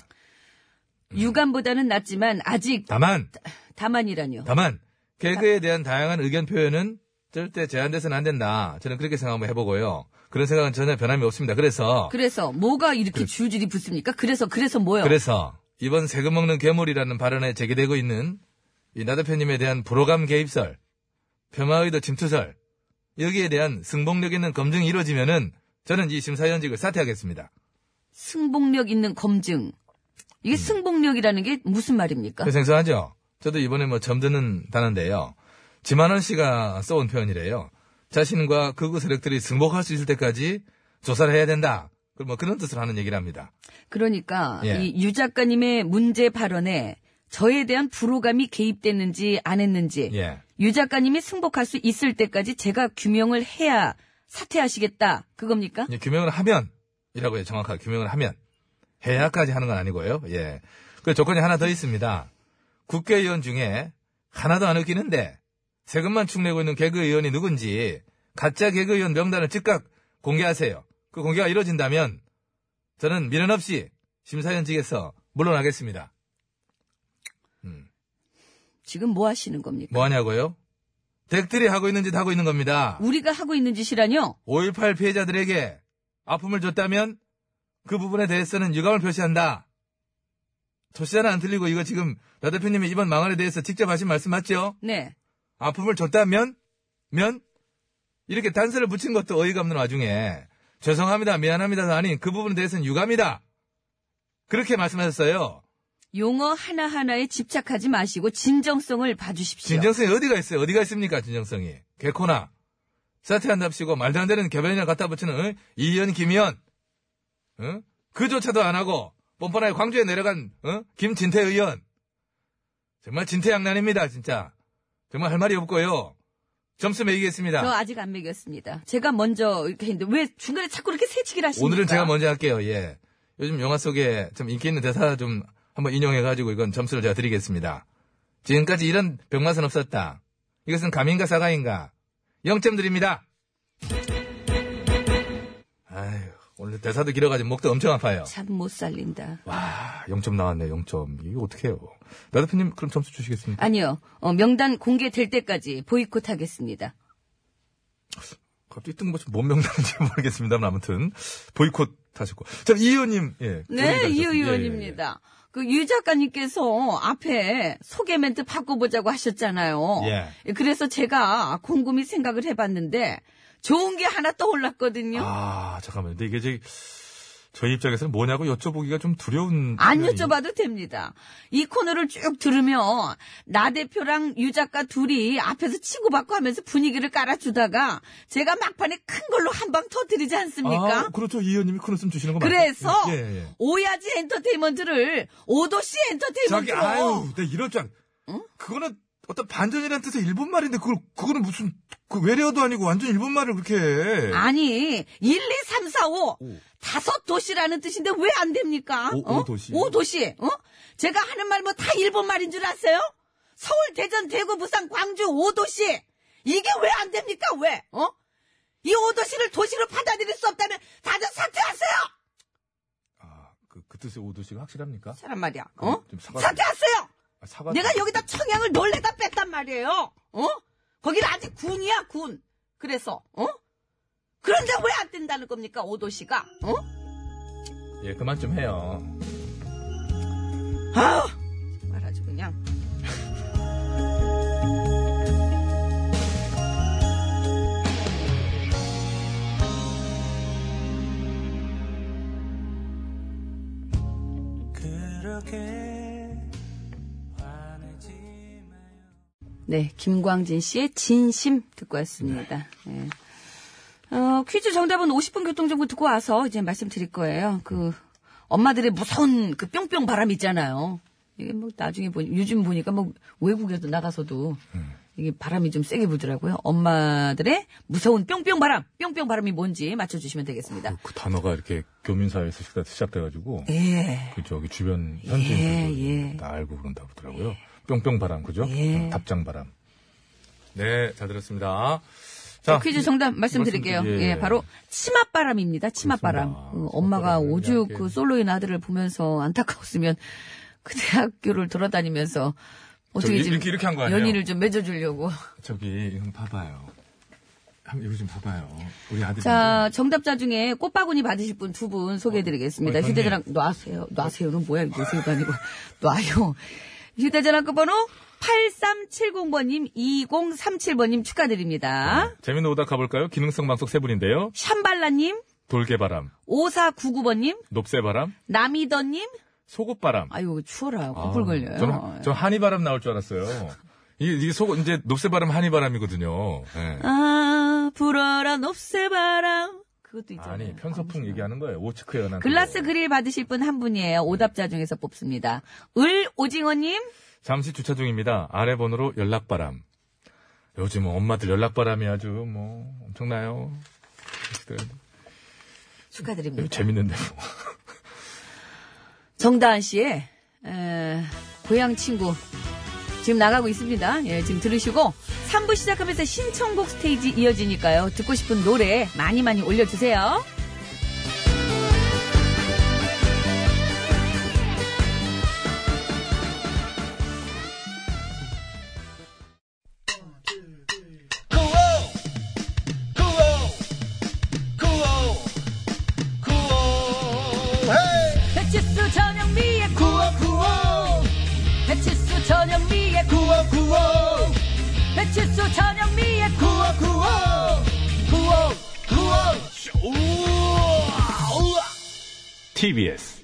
Speaker 2: 유감보다는 낫지만 아직
Speaker 1: 다만
Speaker 2: 다만이라뇨.
Speaker 1: 다만 개그에 대한 다양한 의견 표현은 절대 제한돼서는 안 된다. 저는 그렇게 생각 한번 해보고요. 그런 생각은 전혀 변함이 없습니다. 그래서
Speaker 2: 그래서 뭐가 이렇게
Speaker 1: 그래서.
Speaker 2: 줄줄이 붙습니까? 그래서 그래서 뭐요?
Speaker 1: 그래서 이번 세금 먹는 괴물이라는 발언에 제기되고 있는 이 나 대표님에 대한 불호감 개입설, 폄하의도 침투설 여기에 대한 승복력 있는 검증이 이루어지면은 저는 이 심사위원직을 사퇴하겠습니다.
Speaker 2: 승복력 있는 검증. 이게 승복력이라는 게 무슨 말입니까?
Speaker 1: 그 생소하죠? 저도 이번에 뭐 처음 듣는 단어인데요. 지만원 씨가 써온 표현이래요. 자신과 극우 세력들이 승복할 수 있을 때까지 조사를 해야 된다. 그뭐 그런 뜻을 하는 얘기를 합니다.
Speaker 2: 그러니까
Speaker 1: 예.
Speaker 2: 이 유 작가님의 문제 발언에 저에 대한 불호감이 개입됐는지 안 했는지
Speaker 1: 예.
Speaker 2: 유 작가님이 승복할 수 있을 때까지 제가 규명을 해야 사퇴하시겠다 그겁니까?
Speaker 1: 이제 규명을 하면, 이라고 요 정확하게 규명을 하면. 해야까지 하는 건 아니고요. 예. 그 조건이 하나 더 있습니다. 국회의원 중에 하나도 안 웃기는데 세금만 축내고 있는 개그의원이 누군지 가짜 개그의원 명단을 즉각 공개하세요. 그 공개가 이루어진다면 저는 미련 없이 심사위원직에서 물러나겠습니다. 음,
Speaker 2: 지금 뭐 하시는 겁니까?
Speaker 1: 뭐 하냐고요? 댁들이 하고 있는 짓 하고 있는 겁니다.
Speaker 2: 우리가 하고 있는 짓이라뇨?
Speaker 1: 5.18 피해자들에게 아픔을 줬다면 그 부분에 대해서는 유감을 표시한다. 토시 하나 안 틀리고 이거 지금 나 대표님이 이번 망언에 대해서 직접 하신 말씀 맞죠?
Speaker 2: 네.
Speaker 1: 아픔을 줬다면? 면? 이렇게 단서를 붙인 것도 어이가 없는 와중에 죄송합니다, 미안합니다도 아닌 그 부분에 대해서는 유감이다. 그렇게 말씀하셨어요.
Speaker 2: 용어 하나하나에 집착하지 마시고 진정성을 봐주십시오.
Speaker 1: 진정성이 어디가 있어요? 어디가 있습니까? 진정성이. 개코나. 사퇴한답시고 말도 안 되는 개변이나 갖다 붙이는 어? 이현 김현. 어? 그조차도 안 하고 뻔뻔하게 광주에 내려간 어? 김진태 의원. 정말 진퇴양난입니다. 진짜. 정말 할 말이 없고요. 점수 매기겠습니다.
Speaker 2: 저 아직 안 먹였습니다. 제가 먼저 이렇게 했는데 왜 중간에 자꾸 이렇게 새치기를 하십니까?
Speaker 1: 오늘은 제가 먼저 할게요. 예. 요즘 영화 속에 좀 인기 있는 대사 좀 한번 인용해가지고 이건 점수를 제가 드리겠습니다. 지금까지 이런 병맛은 없었다. 이것은 감인가 사과인가? 0점 드립니다. 아휴, 오늘 대사도 길어가지고 목도 엄청 아파요.
Speaker 2: 참 못 살린다.
Speaker 1: 와, 0점 나왔네, 0점. 이거 어떡해요. 나 대표님, 그럼 점수 주시겠습니까?
Speaker 2: 아니요. 어, 명단 공개될 때까지 보이콧 하겠습니다.
Speaker 1: 갑자기 뜬금없이 뭔 명단인지 모르겠습니다만 아무튼, 보이콧 하셨고. 자, 이 의원님, 예.
Speaker 2: 네,
Speaker 1: 고민이 되셨-
Speaker 2: 이
Speaker 1: 예, 예, 예.
Speaker 2: 의원입니다. 그 유 작가님께서 앞에 소개 멘트 바꿔보자고 하셨잖아요.
Speaker 1: 예.
Speaker 2: 그래서 제가 곰곰이 생각을 해봤는데 좋은 게 하나 떠올랐거든요.
Speaker 1: 아, 잠깐만요. 근데 이게 제, 저희 입장에서는 뭐냐고 여쭤보기가 좀 두려운.
Speaker 2: 안
Speaker 1: 측면이-
Speaker 2: 여쭤봐도 됩니다. 이 코너를 쭉 들으면 나 대표랑 유 작가 둘이 앞에서 치고받고 하면서 분위기를 깔아주다가 제가 막판에 큰 걸로 한 방 터뜨리지 않습니까?
Speaker 1: 아, 그렇죠. 이 의원님이 큰 웃음 주시는 거 맞아요.
Speaker 2: 그래서
Speaker 1: 예, 예.
Speaker 2: 오야지 엔터테인먼트를 오도시
Speaker 1: 자기,
Speaker 2: 엔터테인먼트로
Speaker 1: 아유, 내가 이럴 줄 알. 그거는 어떤 반전이라는 뜻의 일본 말인데 그걸, 그거는 무슨, 그 외래어도 아니고 완전 일본 말을 그렇게 해.
Speaker 2: 아니 1, 2, 3, 4, 5 다섯 도시라는 뜻인데 왜 안 됩니까?
Speaker 1: 오-
Speaker 2: 어?
Speaker 1: 오도시.
Speaker 2: 오 도시. 어? 제가 하는 말 뭐 다 일본 말인 줄 아세요? 서울, 대전, 대구, 부산, 광주 오 도시. 이게 왜 안 됩니까? 왜? 어? 이오 도시를 도시로 받아들일 수 없다면 다들 사퇴하세요.
Speaker 1: 아, 그, 그 뜻의 오도시가 확실합니까?
Speaker 2: 사람 말이야. 어?
Speaker 1: 네, 좀 사과-
Speaker 2: 사퇴하세요.
Speaker 1: 아, 사과.
Speaker 2: 내가 여기다 청양을 놀래다 뺐단 말이에요. 어? 거기는 아직 군이야, 군. 그래서, 어? 그런데 왜 안 된다는 겁니까, 오도시가? 어?
Speaker 1: 예, 그만 좀 해요.
Speaker 2: 아우! 정말 아주 그냥. 네, 김광진 씨의 진심 듣고 왔습니다. 예. 어, 퀴즈 정답은 50분 교통정보 듣고 와서 이제 말씀드릴 거예요. 그, 엄마들의 무서운 그 뿅뿅 바람 있잖아요. 이게 뭐 나중에 보니, 요즘 보니까 뭐 외국에도 나가서도 이게 바람이 좀 세게 불더라고요. 엄마들의 무서운 뿅뿅 바람, 뿅뿅 바람이 뭔지 맞춰주시면 되겠습니다.
Speaker 1: 그 단어가 이렇게 교민사회에서 시작- 시작돼가지고.
Speaker 2: 예.
Speaker 1: 그 저기 주변
Speaker 2: 예, 예.
Speaker 1: 현지인들도 다 알고 그런다 그러더라고요. 뿅뿅 바람 그죠?
Speaker 2: 예.
Speaker 1: 음, 답장 바람. 네, 잘 들었습니다.
Speaker 2: 자, 네, 퀴즈 정답 말씀드릴게요.
Speaker 1: 말씀드리-
Speaker 2: 예, 바로 치맛바람입니다. 치맛바람.
Speaker 1: 그렇습니다.
Speaker 2: 그 엄마가
Speaker 1: 치맛바람이라는 예.
Speaker 2: 오죽
Speaker 1: 게-
Speaker 2: 그 솔로인 아들을 보면서 안타까웠으면 그 대학교를 돌아다니면서 어떻게
Speaker 1: 저기
Speaker 2: 지금
Speaker 1: 이렇게- 이렇게 한거 아니에요?
Speaker 2: 연인을 좀 맺어주려고.
Speaker 1: 저기 이거 봐봐요. 한번 이거 좀 봐봐요. 우리 아들.
Speaker 2: 자, 정답자 중에 꽃바구니 받으실 분 두 분 소개해드리겠습니다.
Speaker 1: 어, 형님.
Speaker 2: 휴대전화, 놔세요. 놔세요. 는 뭐야, 이거 세요도 아니고. 놔요. 휴대전화 끝번호 8370번님, 2037번님 축하드립니다.
Speaker 1: 재밌는 오답 가볼까요? 기능성 방석 세 분인데요.
Speaker 2: 샴발라님,
Speaker 1: 돌개바람,
Speaker 2: 5499번님,
Speaker 1: 높새바람,
Speaker 2: 나미더님,
Speaker 1: 소곱바람.
Speaker 2: 아유, 추워라. 코풀 걸려요. 예.
Speaker 1: 저는, 저 한이바람 나올 줄 알았어요. 이게, 이게 소, 이제 높새바람 한이바람이거든요. 예.
Speaker 2: 아, 불어라, 높새바람. 그것도 있잖아요.
Speaker 1: 아니, 편서풍 얘기하는 거예요. 오츠크에 관한.
Speaker 2: 글라스
Speaker 1: 그거.
Speaker 2: 그릴 받으실 분 한 분이에요. 오답자 중에서 뽑습니다. 을 오징어님,
Speaker 1: 잠시 주차 중입니다. 아래 번호로 연락바람. 요즘 엄마들 연락바람이 아주 뭐 엄청나요.
Speaker 2: 축하드립니다.
Speaker 1: 재밌는데 뭐.
Speaker 2: 정다은 씨의 에, 고향 친구 지금 나가고 있습니다. 예, 지금 들으시고 3부 시작하면서 신청곡 스테이지 이어지니까요. 듣고 싶은 노래 많이 많이 올려주세요. 배치수 전영미의 배치수 전영미의 배치수 전영미의
Speaker 1: TBS.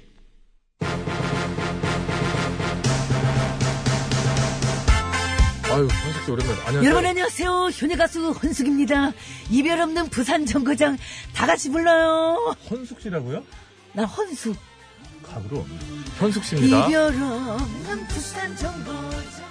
Speaker 1: 아유, 한식 씨 오랜만에. 안녕하세요.
Speaker 2: 여러분 안녕하세요. 현의 가수 헌숙입니다. 이별 없는 부산 정거장 다 같이 불러요.
Speaker 1: 헌숙 씨라고요?
Speaker 2: 난 헌숙.
Speaker 1: 가구로. 현숙 씨입니다.
Speaker 2: 없는 부산 정거장.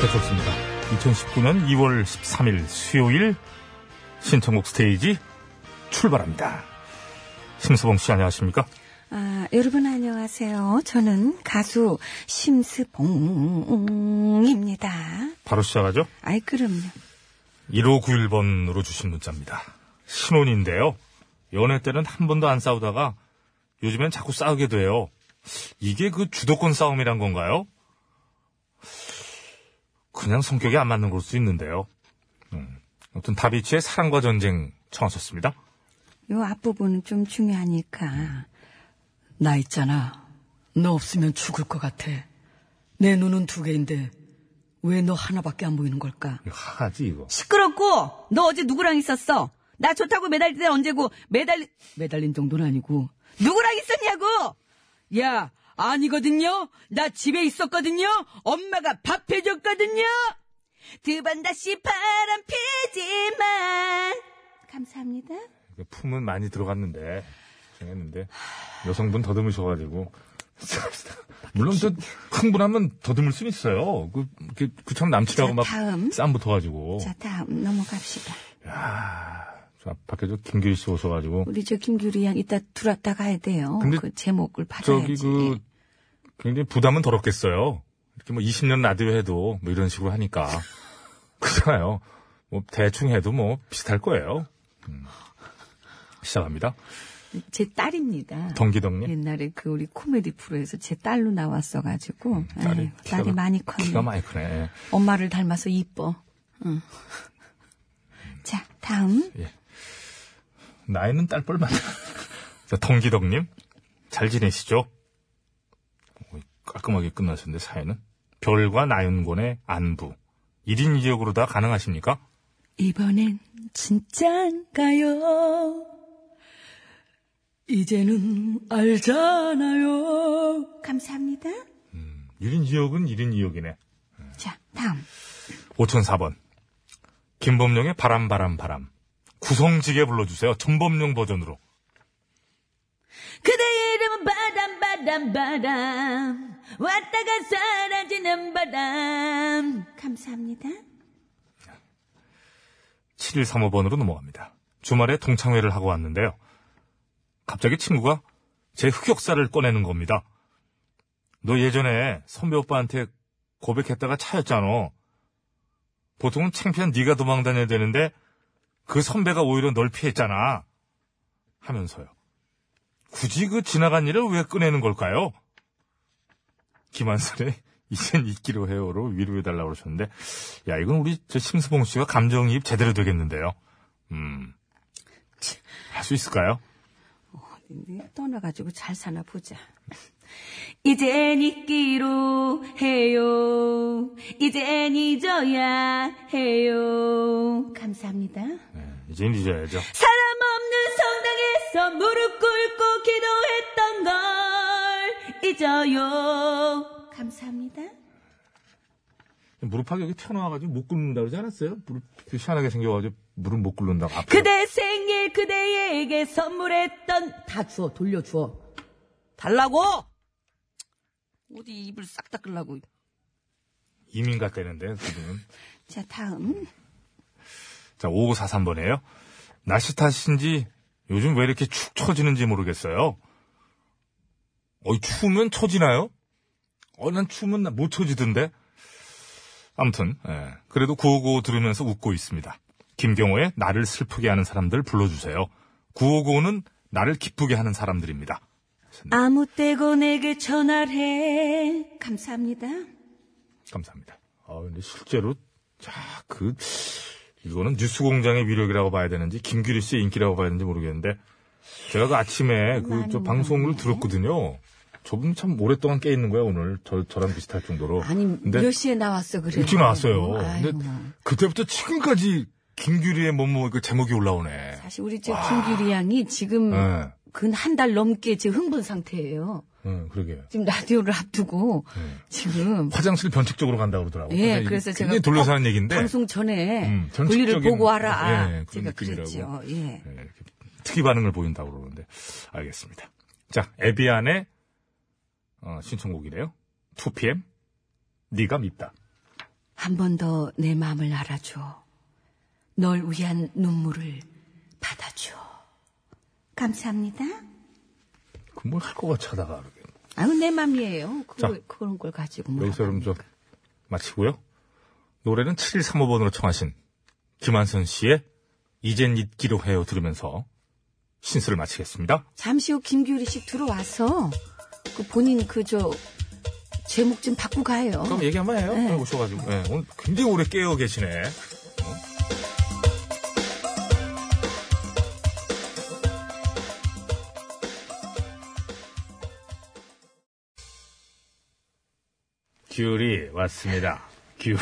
Speaker 1: 배쳤습니다. 2019년 2월 13일 수요일 신청곡 스테이지 출발합니다. 심수봉 씨 안녕하십니까?
Speaker 8: 아, 여러분 안녕하세요. 저는 가수 심스봉입니다.
Speaker 1: 바로 시작하죠.
Speaker 8: 아이, 그럼요.
Speaker 1: 1591번으로 주신 문자입니다. 신혼인데요. 연애 때는 한 번도 안 싸우다가 요즘엔 자꾸 싸우게 돼요. 이게 그 주도권 싸움이란 건가요? 그냥 성격이 안 맞는 걸 수도 있는데요. 음, 아무튼 다비치의 사랑과 전쟁 청하셨습니다.
Speaker 8: 요 앞부분은 좀 중요하니까.
Speaker 9: 나 있잖아. 너 없으면 죽을 것 같아. 내 눈은 두 개인데 왜 너 하나밖에 안 보이는 걸까?
Speaker 1: 이거 하지 이거.
Speaker 9: 시끄럽고 너 어제 누구랑 있었어? 나 좋다고 매달릴 때 언제고 매달 매달린 정도는 아니고 누구랑 있었냐고? 야 아니거든요. 나 집에 있었거든요. 엄마가 밥 해줬거든요. 두 번 다시 바람 피지만
Speaker 8: 감사합니다.
Speaker 1: 그러니까 품은 많이 들어갔는데 정했는데 여성분 더듬으셔가지고 물론 또 흥분하면 더듬을 순 있어요. 그참 남친하고
Speaker 8: 자,
Speaker 1: 막
Speaker 8: 다음.
Speaker 1: 싸움 붙어가지고
Speaker 8: 자, 다음 넘어갑시다.
Speaker 1: 야, 저 밖에 저 김규리 씨 오셔가지고
Speaker 8: 우리 저 김규리 양 이따 들어왔다 가야 돼요.
Speaker 1: 근데
Speaker 8: 그 제목을 받아야지.
Speaker 1: 저기 그 굉장히 부담은 덜었겠어요. 이렇게 뭐 20년 라디오 해도 뭐 이런 식으로 하니까 그잖아요. 뭐 대충 해도 뭐 비슷할 거예요. 음. 시작합니다.
Speaker 2: 예, 제 딸입니다.
Speaker 1: 덩기덩님.
Speaker 2: 옛날에 그 우리 코미디 프로에서 제 딸로 나왔어가지고
Speaker 1: 음, 딸이
Speaker 2: 아유,
Speaker 1: 키가
Speaker 2: 예, 딸이
Speaker 1: 막-
Speaker 2: 많이 컸네.
Speaker 1: 키가 많이 크네. 예.
Speaker 2: 엄마를 닮아서 이뻐.
Speaker 8: 자, 다음.
Speaker 1: 나이는 딸뻘 맞아. 자, 덩기덕님. 잘 지내시죠? 오, 깔끔하게 끝나셨는데, 사연은. 별과 나윤곤의 안부. 1인 2역으로 다 가능하십니까?
Speaker 8: 이번엔
Speaker 9: 진짠가요? 이제는 알잖아요.
Speaker 8: 감사합니다.
Speaker 1: 1인 2역은 1인 2역이네.
Speaker 8: 자, 다음.
Speaker 1: 5004번. 김범룡의 바람, 바람, 바람. 구성지게 불러주세요. 전범룡 버전으로.
Speaker 2: 그대의 이름은 바람 바람 바람 왔다가 사라지는 바람
Speaker 8: 감사합니다.
Speaker 1: 7135번으로 넘어갑니다. 주말에 동창회를 하고 왔는데요. 갑자기 친구가 제 흑역사를 꺼내는 겁니다. 너 예전에 선배 오빠한테 고백했다가 차였잖아. 보통은 창피한 네가 도망다녀야 되는데 그 선배가 오히려 널 피했잖아. 하면서요. 굳이 그 지나간 일을 왜 꺼내는 걸까요? 김한선의 이젠 잊기로 해요로 위로해달라고 그러셨는데 야 이건 우리 저 심수봉 씨가 감정이입 제대로 되겠는데요. 음. 할 수 있을까요?
Speaker 5: 떠나가지고 잘 사나 보자. 이젠 잊기로 해요. 이젠 잊어야 해요. 감사합니다.
Speaker 1: 네, 이제 잊어야죠.
Speaker 5: 사람 없는 성당에서 무릎 꿇고 기도했던 걸 잊어요. 감사합니다.
Speaker 1: 무릎 파격이 튀어나와가지고 못 꿇는다 그러지 않았어요? 무릎 그 시원하게 생겨가지고 무릎 못 꿇는다고 앞으로.
Speaker 5: 그대 생일 그대에게 선물했던
Speaker 2: 다 주워 돌려 주워 달라고 어디 입을 싹 닦으려고
Speaker 1: 이민 갔다는데 지금.
Speaker 5: 자 다음
Speaker 1: 자 5543번이에요. 날씨 탓인지 요즘 왜 이렇게 축 처지는지 모르겠어요. 어이 추우면 처지나요? 어난 추우면 나 못 처지던데. 아무튼 예, 그래도 구호구호 들으면서 웃고 있습니다. 김경호의 나를 슬프게 하는 사람들 불러주세요. 구호구호는 나를 기쁘게 하는 사람들입니다.
Speaker 5: 아무 때고 내게 전화해 감사합니다.
Speaker 1: 감사합니다. 아, 근데 실제로, 자, 그, 이거는 뉴스공장의 위력이라고 봐야 되는지, 김규리 씨의 인기라고 봐야 되는지 모르겠는데, 제가 그 아침에 그, 저 방송을 들었거든요. 저분 참 오랫동안 깨 있는 거야, 오늘. 저, 저랑 비슷할 정도로.
Speaker 10: 아니 몇
Speaker 1: 근데
Speaker 10: 시에 나왔어 그래?
Speaker 1: 네. 일찍 나왔어요.
Speaker 10: 아이고. 뭐.
Speaker 1: 근데 그때부터 지금까지 김규리의 몸무 그 제목이 올라오네.
Speaker 10: 사실 우리 저 김규리 양이 지금
Speaker 1: 예,
Speaker 10: 근 한 달 넘게 지금 흥분 상태예요.
Speaker 1: 예, 그러게.
Speaker 10: 지금 라디오를 앞두고
Speaker 1: 네.
Speaker 10: 지금
Speaker 1: 화장실 변칙적으로 간다고 그러더라고요.
Speaker 10: 예,
Speaker 1: 굉장히-
Speaker 10: 그래서 제가
Speaker 1: 굉장히 돌려서
Speaker 10: 꼭
Speaker 1: 하는 얘기인데.
Speaker 10: 방송 전에
Speaker 1: 네. 음,
Speaker 10: 분리를
Speaker 1: 전칙적인-
Speaker 10: 보고 하라.
Speaker 1: 예, 그런
Speaker 10: 제가
Speaker 1: 느낌이라고.
Speaker 10: 그랬죠. 예.
Speaker 1: 예, 이렇게 특이 반응을 보인다고 그러는데 알겠습니다. 자 에비안의 어, 신청곡이래요. 2PM 네가 밉다.
Speaker 10: 한 번 더 내 마음을 알아줘. 널 위한 눈물을 받아줘.
Speaker 5: 감사합니다.
Speaker 1: 그 뭘 할 것 같이 하다가 그러게.
Speaker 10: 아유, 내 맘이에요. 그,
Speaker 1: 자.
Speaker 10: 그런 걸 가지고. 뭐
Speaker 1: 여기서 그럼
Speaker 10: 하라고.
Speaker 1: 좀 마치고요. 노래는 7135번으로 청하신 김한선 씨의 이젠 잊기로 해요 들으면서 신스를 마치겠습니다.
Speaker 10: 잠시 후 김규리 씨 들어와서 그 본인 그 저 제목 좀 받고 가요.
Speaker 1: 그럼 얘기 한번 해요.
Speaker 10: 네.
Speaker 1: 오셔가지고 네, 오늘 굉장히 오래 깨어 계시네. 귤이 왔습니다. 귤이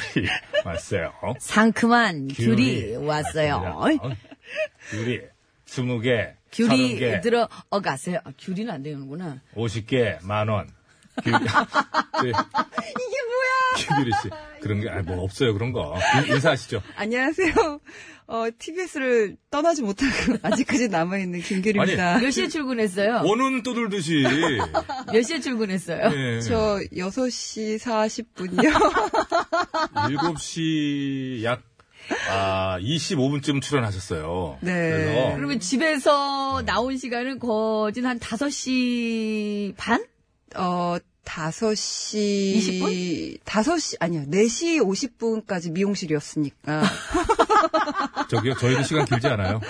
Speaker 1: 왔어요.
Speaker 2: 상큼한 귤이
Speaker 1: 귤이
Speaker 2: 왔어요
Speaker 1: 왔습니다. 어? 귤이 스무 개, 서른 개,
Speaker 2: 귤이 들어가세요 아, 귤이는 안 되는구나
Speaker 1: 오십 개, 만 원. 귤... 이게 뭐야? 귤이 씨 그런 게 아니 뭐 없어요 그런 거 인- 인사하시죠.
Speaker 11: 안녕하세요. 어, TBS를 떠나지 못하고 아직까지 남아있는 김규리입니다.
Speaker 10: 몇 시에 출근했어요?
Speaker 1: 원은 떠돌듯이.
Speaker 10: 몇 시에 출근했어요?
Speaker 1: 예.
Speaker 11: 저 6시 40분이요.
Speaker 1: 7시 약, 아, 25분쯤 출연하셨어요.
Speaker 11: 네.
Speaker 1: 그래서
Speaker 10: 그러면 집에서 나온 시간은 거진 한 5시 반?
Speaker 11: 어, 5시
Speaker 10: 20분?
Speaker 11: 5시 아니요. 4시 50분까지 미용실이었으니까
Speaker 1: 저기요, 저희는 시간 길지 않아요.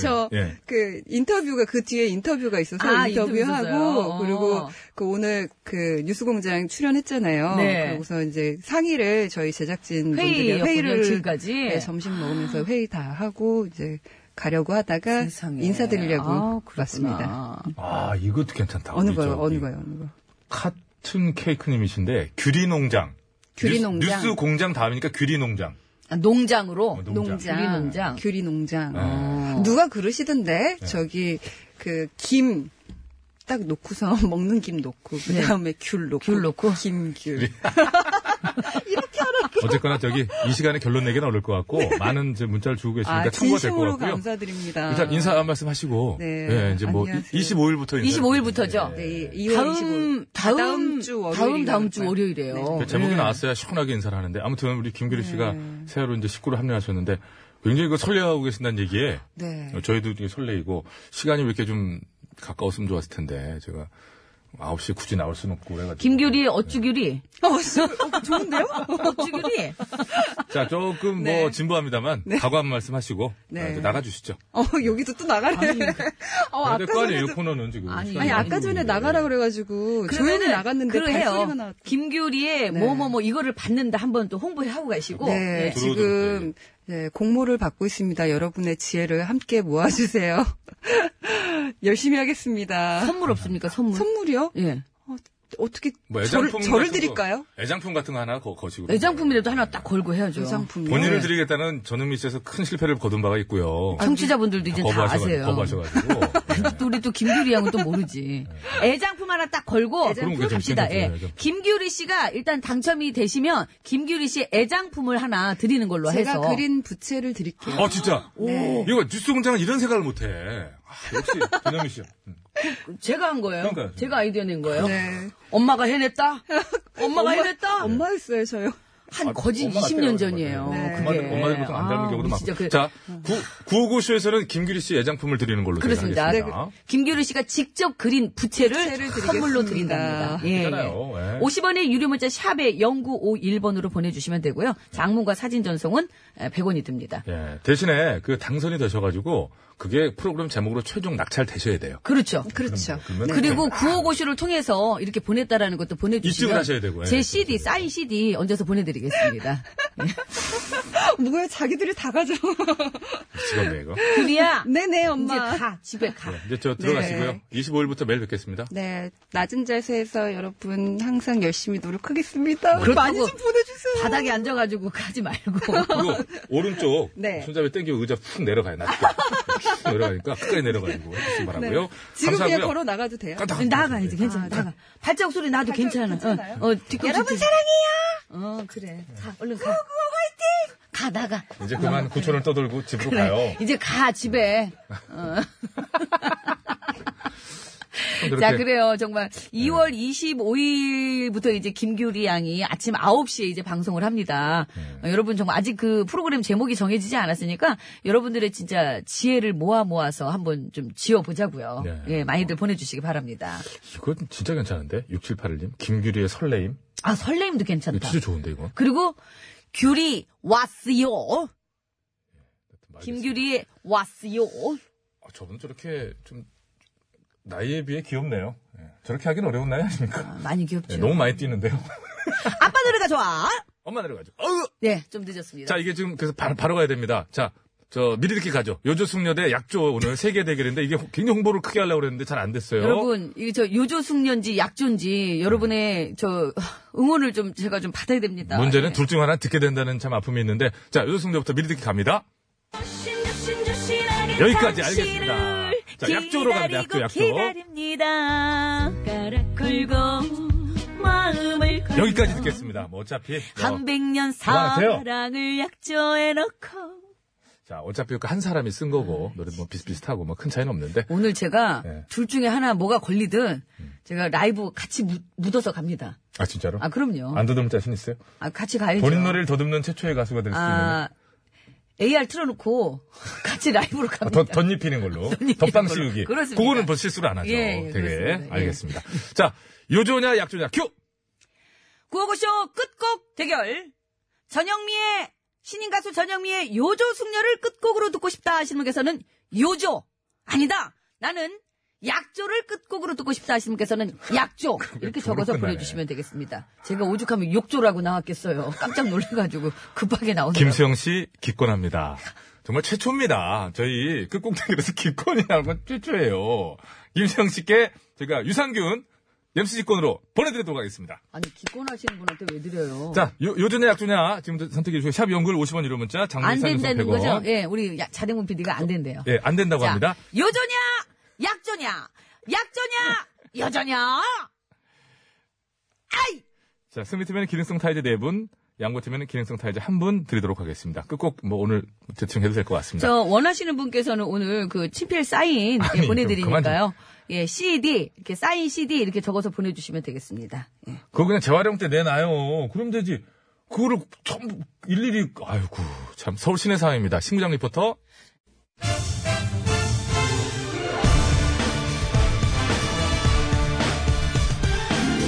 Speaker 11: 저-
Speaker 1: 예.
Speaker 11: 그 인터뷰가 그 뒤에 인터뷰가 있어서
Speaker 10: 아, 인터뷰
Speaker 11: 인터뷰하고
Speaker 10: 있었어요.
Speaker 11: 그리고 그 오늘 그 뉴스공장 출연했잖아요.
Speaker 10: 네.
Speaker 11: 그러고서 이제 상의를 저희 제작진 분들이
Speaker 10: 회의였군요,
Speaker 11: 회의를
Speaker 10: 지금까지.
Speaker 11: 네, 점심 먹으면서 회의 다 하고 이제 가려고 하다가
Speaker 10: 세상에.
Speaker 11: 인사드리려고
Speaker 10: 아, 그렇구나.
Speaker 11: 왔습니다.
Speaker 1: 아, 이것도 괜찮다.
Speaker 11: 어느
Speaker 1: 우리
Speaker 11: 거요?
Speaker 1: 저기
Speaker 11: 어느 거요? 어느 거?
Speaker 1: 카튼 케이크님이신데, 규리농장.
Speaker 10: 규리농장.
Speaker 1: 뉴스, 뉴스 공장 다음이니까 규리농장.
Speaker 10: 아, 농장으로.
Speaker 1: 어, 농장.
Speaker 10: 우리 농장.
Speaker 11: 규리 아. 농장.
Speaker 1: 아.
Speaker 11: 누가 그러시던데
Speaker 1: 네.
Speaker 11: 저기 그 김 딱 놓고서 먹는 김 놓고 그다음에 귤 놓고
Speaker 10: 귤 놓고?
Speaker 11: 김귤
Speaker 1: 어쨌거나 저기, 이 시간에 결론 내기는 어려울 것 같고, 많은 이제 문자를 주고 계시니까
Speaker 11: 네. 아
Speaker 1: 참고가 될 것
Speaker 11: 진심으로
Speaker 1: 같고요.
Speaker 11: 감사드립니다.
Speaker 1: 일단 그러니까 인사 한 말씀 하시고,
Speaker 11: 네.
Speaker 1: 예, 이제 뭐,
Speaker 11: 안녕하세요.
Speaker 1: 25일부터 인사.
Speaker 10: 25일부터 죠?
Speaker 11: 네, 2월 25일.
Speaker 10: 다음, 다음,
Speaker 11: 다다음 주 월요일. 네,
Speaker 10: 다음, 다음 주 월요일이에요.
Speaker 1: 그 제목이 나왔어야 시원하게 인사를 하는데 아무튼 우리 김규리 씨가
Speaker 11: 네.
Speaker 1: 새해로 이제 식구로 합류하셨는데 굉장히 그 설레하고 계신다는 얘기에
Speaker 11: 네.
Speaker 1: 저희도 되게 설레이고 시간이 왜 이렇게 좀 가까웠으면 좋았을 텐데 제가 9시 굳이 나올 수는 없고 그래가지고
Speaker 2: 김규리, 어쭈규리.
Speaker 11: 어, 좋은데요?
Speaker 2: 어쭈규리.
Speaker 1: 자 조금 뭐 진부합니다만 각오 한 말씀 하시고
Speaker 11: 네.
Speaker 1: 아, 이제 나가주시죠.
Speaker 11: 어, 여기도 또 나가래. 어,
Speaker 1: 아,
Speaker 11: 아까
Speaker 1: 될거 네. 아니에요
Speaker 11: 전에도-
Speaker 1: 코너는 지금.
Speaker 2: 아니,
Speaker 1: 시간이
Speaker 11: 아니,
Speaker 1: 많이
Speaker 11: 아까 전에
Speaker 1: 걸리는데.
Speaker 11: 나가라 그래가지고 조용히 나갔는데 발소리가
Speaker 2: 그래요.
Speaker 11: 나왔다.
Speaker 2: 김규리의
Speaker 11: 네.
Speaker 2: 뭐뭐뭐 이거를 받는다 한번 또 홍보하고 가시고.
Speaker 11: 네,
Speaker 2: 예.
Speaker 1: 들어오도록
Speaker 11: 지금 네, 공모를 받고 있습니다. 여러분의 지혜를 함께 모아주세요. 열심히 하겠습니다.
Speaker 2: 선물 없습니까? 선물.
Speaker 11: 선물이요?
Speaker 2: 예.
Speaker 11: 어떻게
Speaker 1: 뭐
Speaker 11: 저를,
Speaker 1: 애장품
Speaker 11: 저를
Speaker 1: 같은 거-
Speaker 2: 뭐
Speaker 11: 드릴까요?
Speaker 1: 애장품 같은 거 하나 거, 거시고.
Speaker 2: 애장품이라도 하나 딱 걸고 해야죠.
Speaker 11: 의상품이요?
Speaker 1: 본인을
Speaker 11: 네.
Speaker 1: 드리겠다는 전현미 씨에서 큰 실패를 거둔 바가 있고요.
Speaker 2: 청취자분들도 이제 다
Speaker 1: 거부하셔가지고-
Speaker 2: 아세요.
Speaker 1: 거부하셔가지고. 네.
Speaker 2: 또 우리 또 김규리 양은 또 모르지. 애장품 하나 딱 걸고
Speaker 1: 애장품?
Speaker 2: 그럼 갑시다.
Speaker 1: 괜찮겠네요,
Speaker 2: 예.
Speaker 1: 애장품.
Speaker 2: 김규리 씨가 일단 당첨이 되시면 김규리 씨의 애장품을 하나 드리는 걸로
Speaker 11: 제가
Speaker 2: 해서.
Speaker 11: 그린 부채를 드릴게요.
Speaker 1: 아 진짜.
Speaker 11: 네.
Speaker 1: 이거 뉴스 공장은 이런 생각을 못해. 아, 역시 전현미 씨. 음.
Speaker 2: 제가 한 거예요.
Speaker 1: 그러니까요.
Speaker 2: 제가 아이디어 낸 거예요.
Speaker 11: 네. 아,
Speaker 2: 엄마가 해냈다. 엄마가 해냈다.
Speaker 11: 엄마였어요, 저요.
Speaker 2: 한
Speaker 1: 아,
Speaker 2: 거진
Speaker 1: 엄마가
Speaker 2: 20년
Speaker 1: 때려가지고
Speaker 2: 전이에요.
Speaker 1: 그래요.
Speaker 11: 네.
Speaker 1: 엄마들,
Speaker 2: 그게.
Speaker 1: 엄마들부터 안 닮은
Speaker 2: 아,
Speaker 1: 경우도 많고.
Speaker 2: 진짜 그-
Speaker 1: 자, 구호고쇼에서는 김규리 씨 애장품을 드리는 걸로
Speaker 2: 그렇습니다. 네.
Speaker 1: 하겠습니다.
Speaker 2: 김규리 씨가 직접 그린 부채를,
Speaker 11: 부채를 드리겠습니다.
Speaker 2: 선물로 드린답니다. 예,
Speaker 1: 괜찮아요. 예.
Speaker 2: 50원의 유료 문자 샵에 0951번으로 보내주시면 되고요. 장문과 사진 전송은 100원이 듭니다.
Speaker 1: 예, 대신에 그 당선이 되셔가지고 그게 프로그램 제목으로 최종 낙찰되셔야 돼요. 음,
Speaker 2: 그렇죠.
Speaker 11: 그렇죠.
Speaker 1: 그러면
Speaker 2: 그리고 구호고쇼를 통해서 이렇게 보냈다라는 것도 보내주시면
Speaker 1: 입증을 하셔야 되고요.
Speaker 2: 제
Speaker 1: 예.
Speaker 2: CD 사인 CD 얹어서 보내드리겠습니다.
Speaker 11: 뭐야, 아, 자기들이 다 가져.
Speaker 1: 직원네 이거.
Speaker 2: 규리야
Speaker 11: 네네,
Speaker 2: 이제
Speaker 11: 엄마.
Speaker 2: 가 집에 가.
Speaker 1: 예,
Speaker 11: 아,
Speaker 1: 이제 저 들어가시고요. 25일부터 매일 뵙겠습니다.
Speaker 11: 네, 낮은 자세에서 여러분 항상 열심히 노력하겠습니다.
Speaker 2: 그렇다고
Speaker 11: 많이 좀 보내주세요.
Speaker 2: 바닥에 앉아가지고 가지 말고
Speaker 1: 그리고 오른쪽
Speaker 11: 네.
Speaker 1: 손잡이 땡기고 의자 푹 내려가요. 낮게. 푹 내려가니까 끝까지 내려가지고 해주시기 바라고요.
Speaker 11: 네. 지금
Speaker 1: 감사하고요.
Speaker 11: 그냥 걸어 나가도 돼요?
Speaker 1: 깜짝 네.
Speaker 2: 나가야지 괜찮아 나가 발자국 소리 나도 괜찮아
Speaker 11: 괜찮아요?
Speaker 2: 어, 어, 뒤꿈치 여러분 사랑해요 어 그래 가 얼른 가 화이팅 가 나가
Speaker 1: 이제 그만 구촌을 떠돌고 집으로 가요.
Speaker 2: 이제 가 집에 자,
Speaker 1: 그렇게
Speaker 2: 그래요. 정말 2월 25일부터 이제 김규리 양이 아침 9시에 이제 방송을 합니다.
Speaker 1: 네.
Speaker 2: 어, 여러분 정말 아직 그 프로그램 제목이 정해지지 않았으니까 여러분들의 진짜 지혜를 모아 모아서 한번 좀 지어 보자고요.
Speaker 1: 네.
Speaker 2: 예, 많이들 보내 주시기 바랍니다.
Speaker 1: 이건 진짜 괜찮은데? 6781님. 김규리의 설레임.
Speaker 2: 아, 설레임도
Speaker 1: 이거
Speaker 2: 괜찮다.
Speaker 1: 진짜 좋은데, 이거.
Speaker 2: 그리고 규리 왔어요. 김규리 왔어요.
Speaker 1: 아, 저분 저렇게 좀, 나이에 비해 귀엽네요. 예. 저렇게 하긴 어려운 나이 아닙니까?
Speaker 11: 그렇죠.
Speaker 2: 아, 많이 귀엽죠.
Speaker 1: 예, 너무 많이 뛰는데요.
Speaker 2: 아빠 노래가 좋아.
Speaker 1: 엄마 내려가죠. 어우!
Speaker 2: 네, 좀 늦었습니다.
Speaker 1: 자, 이게 지금 그래서 바, 바로 가야 됩니다. 자, 저 미리 듣기 가죠. 요조숙녀대 약조 오늘 세계 대결인데 이게 호- 굉장히 홍보를 크게 하려고 그랬는데 잘 안 됐어요.
Speaker 2: 여러분, 이 저 요조숙련지 약조인지 여러분의 저 응원을 좀 제가 좀 받아야 됩니다.
Speaker 1: 문제는
Speaker 2: 예.
Speaker 1: 둘 중 하나 듣게 된다는 참 아픔이 있는데 자, 요조숙녀부터 미리 듣기 갑니다. 여기까지 알겠습니다. 자, 약조로 갑니다. 약조, 약조.
Speaker 2: 기다립니다. 고 마음을
Speaker 1: 여기까지 듣겠습니다. 뭐 어차피 어,
Speaker 2: 300년
Speaker 1: 그만하세요.
Speaker 2: 사랑을 약조에 넣고
Speaker 1: 자, 어차피 그한 사람이 쓴 거고 노래 뭐 비슷비슷하고 뭐 큰 차이는 없는데
Speaker 2: 오늘 제가
Speaker 1: 네.
Speaker 2: 둘 중에 하나 뭐가 걸리든
Speaker 1: 음.
Speaker 2: 제가 라이브 같이 묻, 묻어서 갑니다.
Speaker 1: 아 진짜로?
Speaker 2: 아 그럼요.
Speaker 1: 안 더듬을 자신 있어요?
Speaker 2: 아, 같이 가야죠.
Speaker 1: 본인 노래를 더듬는 최초의 가수가 될 수 있는
Speaker 2: 아 AR 틀어놓고 같이 라이브로
Speaker 1: 아,
Speaker 2: 갑니다.
Speaker 1: 덧, 덧입히는 걸로.
Speaker 2: 그러니까. 덧입히는
Speaker 1: 덧방
Speaker 2: 걸로.
Speaker 1: 씌우기.
Speaker 2: 그렇습니다.
Speaker 1: 거는뭐 실수를 안 하죠.
Speaker 2: 예, 예,
Speaker 1: 되게.
Speaker 2: 그렇습니다. 예.
Speaker 1: 알겠습니다. 자, 요조냐, 약조냐, 큐!
Speaker 2: 구호고쇼 끝곡 대결. 전영미의 신인 가수 전영미의 요조 숙녀를 끝곡으로 듣고 싶다 하시는 분께서는 요조 아니다 나는 약조를 끝곡으로 듣고 싶다 하시는 분께서는 약조 이렇게 적어서
Speaker 1: 끝나네.
Speaker 2: 보내주시면 되겠습니다. 제가 오죽하면 욕조라고 나왔겠어요. 깜짝 놀래가지고 급하게 나오네요.
Speaker 1: 김수영 씨, 기권합니다. 정말 최초입니다. 저희 끝공대결에서 기권이라는 건 최초예요. 김수영 씨께 제가 유산균 MC지권으로 보내드리도록 하겠습니다.
Speaker 2: 아니 기권하시는 분한테 왜 드려요?
Speaker 1: 자, 요, 요조냐, 약조냐, 지금 선택해주시고, 샵 연글 50원 유료 문자, 장문
Speaker 2: 안
Speaker 1: 3 0
Speaker 2: 된다는
Speaker 1: 100원.
Speaker 2: 거죠? 예, 우리 야- 자댕문 PD가 안 된대요.
Speaker 1: 예, 안 된다고
Speaker 2: 자,
Speaker 1: 합니다.
Speaker 2: 요조냐 약조냐 약조냐 여조냐 아이
Speaker 1: 자, 승리팀에는 기능성 타이즈 4분, 양보팀에는 기능성 타이즈 1분 드리도록 하겠습니다. 끝곡 뭐 오늘 대충 해도 될 것 같습니다.
Speaker 2: 저 원하시는 분께서는 오늘 그 친필
Speaker 1: 아니,
Speaker 2: 사인 예,
Speaker 1: 좀 그만
Speaker 2: 보내드리니까요. 예, CD 이렇게 사인 CD 이렇게 적어서 보내주시면 되겠습니다. 예.
Speaker 1: 그거 그냥 재활용 때 내놔요. 그럼 되지. 그거를 전부 일일이 아이고 참 서울 시내 상황입니다. 신부장 리포터.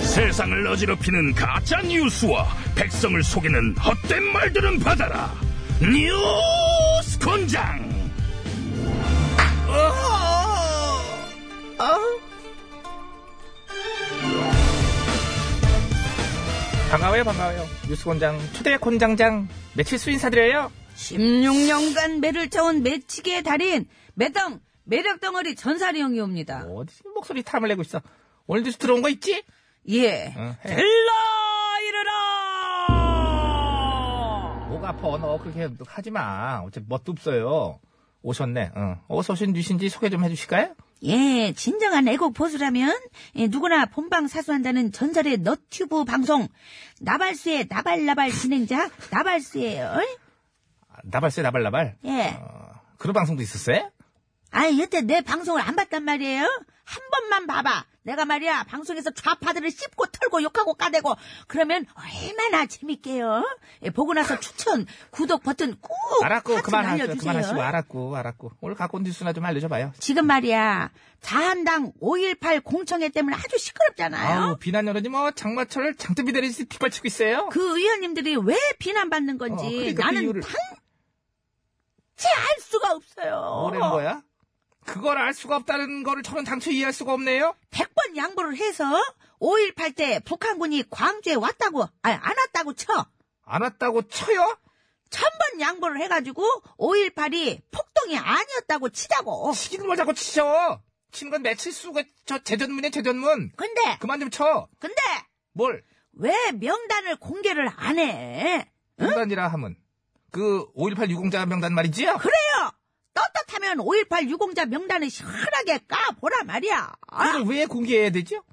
Speaker 12: 세상을 어지럽히는 가짜 뉴스와 백성을 속이는 헛된 말들은 받아라. 뉴스 권장.
Speaker 13: 반가워요, 반가워요. 뉴스 권장, 초대 권장장, 며칠 수 인사드려요.
Speaker 2: 16년간 매를 쳐온 매치기의 달인 매덩 매력 덩어리 전사리 형이 옵니다.
Speaker 13: 어디서 목소리 탐을 내고 있어. 오늘 뉴스 들어온 거 있지?
Speaker 2: 예.
Speaker 1: 어?
Speaker 13: 응. 해.
Speaker 2: 일라 일어라.
Speaker 13: 목 아파, 너 그렇게 하지 마. 어차피 멋도 없어요. 오셨네. 응. 어서 오신 뉴신지 소개 좀 해주실까요?
Speaker 2: 예, 진정한 애국 보수라면 예, 누구나 본방 사수한다는 전설의 너튜브 방송 나발수의 나발나발 진행자 나발수예요. 어이?
Speaker 13: 아, 나발세, 나발나발.
Speaker 2: 예.
Speaker 13: 어, 그런 방송도 있었어요?
Speaker 2: 아, 여태 내 방송을 안 봤단 말이에요? 한 번만 봐봐. 내가 말이야, 방송에서 좌파들을 씹고 털고 욕하고 까대고, 그러면 얼마나 재밌게요? 예, 보고 나서 추천, 구독 버튼 꾹!
Speaker 13: 알았고,
Speaker 2: 하트
Speaker 13: 그만하시고,
Speaker 2: 날려주세요.
Speaker 13: 그만하시고, 알았고, 알았고. 오늘 갖고 온 뉴스나 좀 알려줘봐요.
Speaker 2: 지금 말이야, 자한당 5.18 공청회 때문에 아주 시끄럽잖아요?
Speaker 13: 아우, 비난 여론이 뭐, 장마철 장대비 대리지 뒷발치고 있어요.
Speaker 2: 어? 그 의원님들이 왜 비난받는 건지
Speaker 13: 어, 그러니까 그
Speaker 2: 나는
Speaker 13: 이유를-
Speaker 2: 당지 알 수가 없어요.
Speaker 13: 뭐라는 거야? 그걸 알 수가 없다는 거를 저는 당초 이해할 수가 없네요.
Speaker 2: 100번 양보를 해서 5.18 때 북한군이 광주에 왔다고, 아니, 안 왔다고 쳐.
Speaker 13: 안 왔다고 쳐요?
Speaker 2: 천번 양보를 해가지고 5.18이 폭동이 아니었다고 치자고.
Speaker 13: 치기는 뭘 자꾸 치셔? 치는 건 며칠 수가 저 재전문이야 재전문.
Speaker 2: 근데,
Speaker 13: 그만 좀 쳐.
Speaker 2: 근데,
Speaker 13: 뭘?
Speaker 2: 왜 명단을 공개를 안 해?
Speaker 13: 명단이라 하면 그 5.18 유공자 명단 말이지요?
Speaker 2: 그래요! 떳떳하면 5.18 유공자 명단을 시원하게 까보라 말이야.
Speaker 13: 그걸 왜 공개해야 되죠?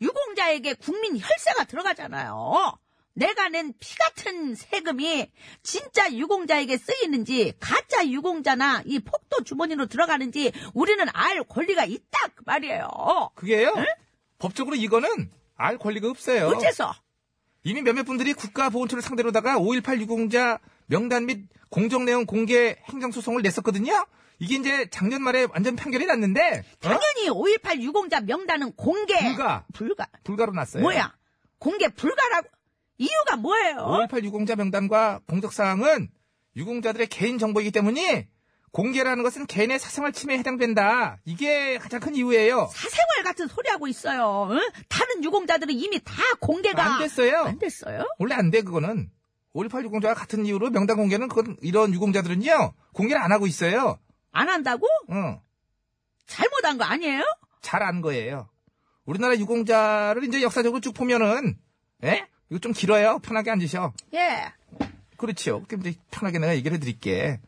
Speaker 2: 유공자에게 국민 혈세가 들어가잖아요. 내가 낸 피 같은 세금이 진짜 유공자에게 쓰이는지 가짜 유공자나 이 폭도 주머니로 들어가는지 우리는 알 권리가 있다 그 말이에요.
Speaker 13: 그게요? 법적으로 이거는 알 권리가 없어요.
Speaker 2: 어째서?
Speaker 13: 이미 몇몇 분들이 국가보훈처를 상대로다가 5.18 유공자 명단 및 공정 내용 공개 행정소송을 냈었거든요. 이게 이제 작년 말에 완전 판결이 났는데 어?
Speaker 2: 당연히 5.18 유공자 명단은 공개
Speaker 13: 불가. 네.
Speaker 2: 불가
Speaker 13: 불가로 났어요.
Speaker 2: 뭐야? 공개 불가라고 이유가 뭐예요?
Speaker 13: 5.18 유공자 명단과 공적사항은 유공자들의 개인정보이기 때문에 공개라는 것은 개인의 사생활 침해에 해당된다. 이게 가장 큰 이유예요.
Speaker 2: 사생활 같은 소리 하고 있어요. 응? 다른 유공자들은 이미 다 공개가
Speaker 13: 안 됐어요.
Speaker 2: 안 됐어요?
Speaker 13: 원래 안 돼, 그거는. 5.18 유공자와 같은 이유로 명단 공개는 그건 이런 유공자들은요, 공개를 안 하고 있어요.
Speaker 2: 안 한다고?
Speaker 13: 응.
Speaker 2: 잘못한 거 아니에요?
Speaker 13: 잘 안 거예요. 우리나라 유공자를 이제 역사적으로 쭉 보면은, 예? 이거 좀 길어요. 편하게 앉으셔.
Speaker 2: 예.
Speaker 13: 그렇지요. 그럼 이제 편하게 내가 얘기를 해드릴게.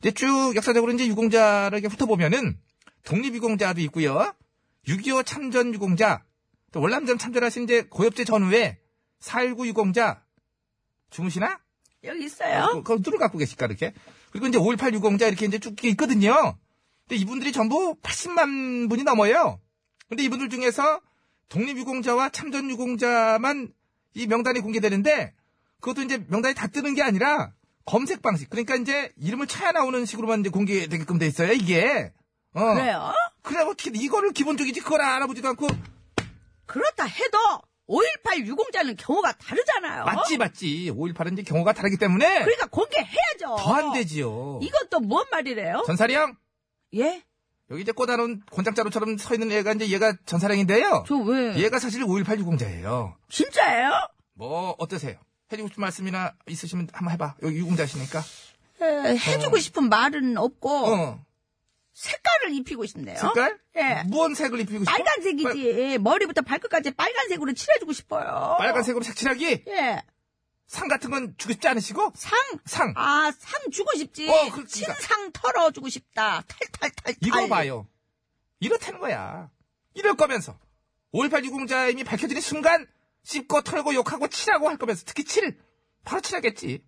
Speaker 13: 이제 쭉 역사적으로 이제 유공자를 이렇게 훑어보면은 독립유공자도 있고요. 6.25 참전 유공자, 또 월남전 참전하신 이제 고엽제 전후에 4.19 유공자 주무시나?
Speaker 2: 여기 있어요.
Speaker 13: 그걸 뚫을 갖고 계실까 이렇게. 그리고 이제 5.18 유공자 이렇게 이제 쭉 있거든요. 근데 이분들이 전부 80만 분이 넘어요. 근데 이분들 중에서 독립유공자와 참전유공자만 이 명단이 공개되는데 그것도 이제 명단이 다 뜨는 게 아니라 검색 방식. 그러니까 이제 이름을 쳐야 나오는 식으로만 이제 공개되게끔 돼 있어요, 이게. 어.
Speaker 2: 그래요?
Speaker 13: 그래, 어떻게, 이거를 기본적이지, 그걸 알아보지도 않고.
Speaker 2: 어? 그렇다 해도 5.18 유공자는 경우가 다르잖아요.
Speaker 13: 맞지, 맞지. 5.18은 이제 경우가 다르기 때문에
Speaker 2: 그러니까 공개해야죠.
Speaker 13: 더 안 되지요.
Speaker 2: 어. 이건 또 뭔 말이래요?
Speaker 13: 전사리 형,
Speaker 2: 예?
Speaker 13: 여기 이제 꽂아놓은 권장자루처럼 서 있는 애가 이제 얘가 전사령인데요.
Speaker 2: 저 왜?
Speaker 13: 얘가 사실 5.18 유공자예요.
Speaker 2: 진짜예요?
Speaker 13: 뭐 어떠세요? 해주고 싶은 말씀이나 있으시면 한번 해봐. 여기 유공자시니까.
Speaker 2: 에, 예, 해주고 싶은 말은 없고
Speaker 13: 예. 어.
Speaker 2: 색깔을 입히고 싶네요.
Speaker 13: 색깔?
Speaker 2: 예.
Speaker 13: 무언 색을 입히고 싶어?
Speaker 2: 빨간색이지. 예, 머리부터 발끝까지 빨간색으로 칠해주고 싶어요.
Speaker 13: 빨간, 색으로 색칠하기?
Speaker 2: 예.
Speaker 13: 상 같은 건 주고 싶지 않으시고?
Speaker 2: 상.
Speaker 13: 상.
Speaker 2: 아, 상 주고 싶지.
Speaker 13: 어, 그- 그러니까.
Speaker 2: 신상 털어주고 싶다. 탈탈탈탈.
Speaker 13: 이거 봐요. 이렇다는 거야. 이럴 거면서 5.18 유공자 이미 밝혀지는 순간 씹고 털고 욕하고 치라고 할 거면서 특히 칠 바로 치라겠지.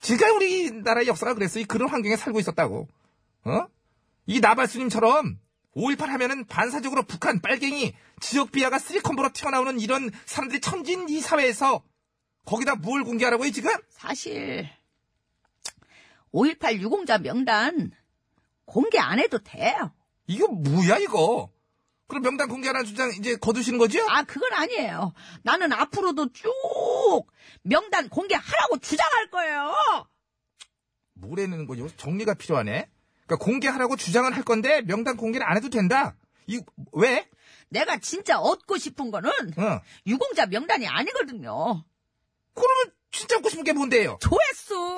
Speaker 13: 지가 우리나라의 역사가 그랬어. 이 그런 환경에 살고 있었다고. 어? 이 나발수님처럼 5.18 하면은 반사적으로 북한 빨갱이 지역 비하가 쓰리콤보로 튀어나오는 이런 사람들이 천진 이 사회에서 거기다 뭘 공개하라고 해 지금?
Speaker 2: 사실 5.18 유공자 명단 공개 안 해도 돼요.
Speaker 13: 이거 뭐야 이거? 그럼 명단 공개하라는 주장 이제 거두시는 거죠?
Speaker 2: 아, 그건 아니에요. 나는 앞으로도 쭉 명단 공개하라고 주장할 거예요.
Speaker 13: 뭐라는 거죠? 정리가 필요하네. 그러니까 공개하라고 주장은 할 건데 명단 공개를 안 해도 된다. 이 왜?
Speaker 2: 내가 진짜 얻고 싶은 거는
Speaker 13: 어.
Speaker 2: 유공자 명단이 아니거든요.
Speaker 13: 그러면 진짜 얻고 싶은 게 뭔데요?
Speaker 2: 조회수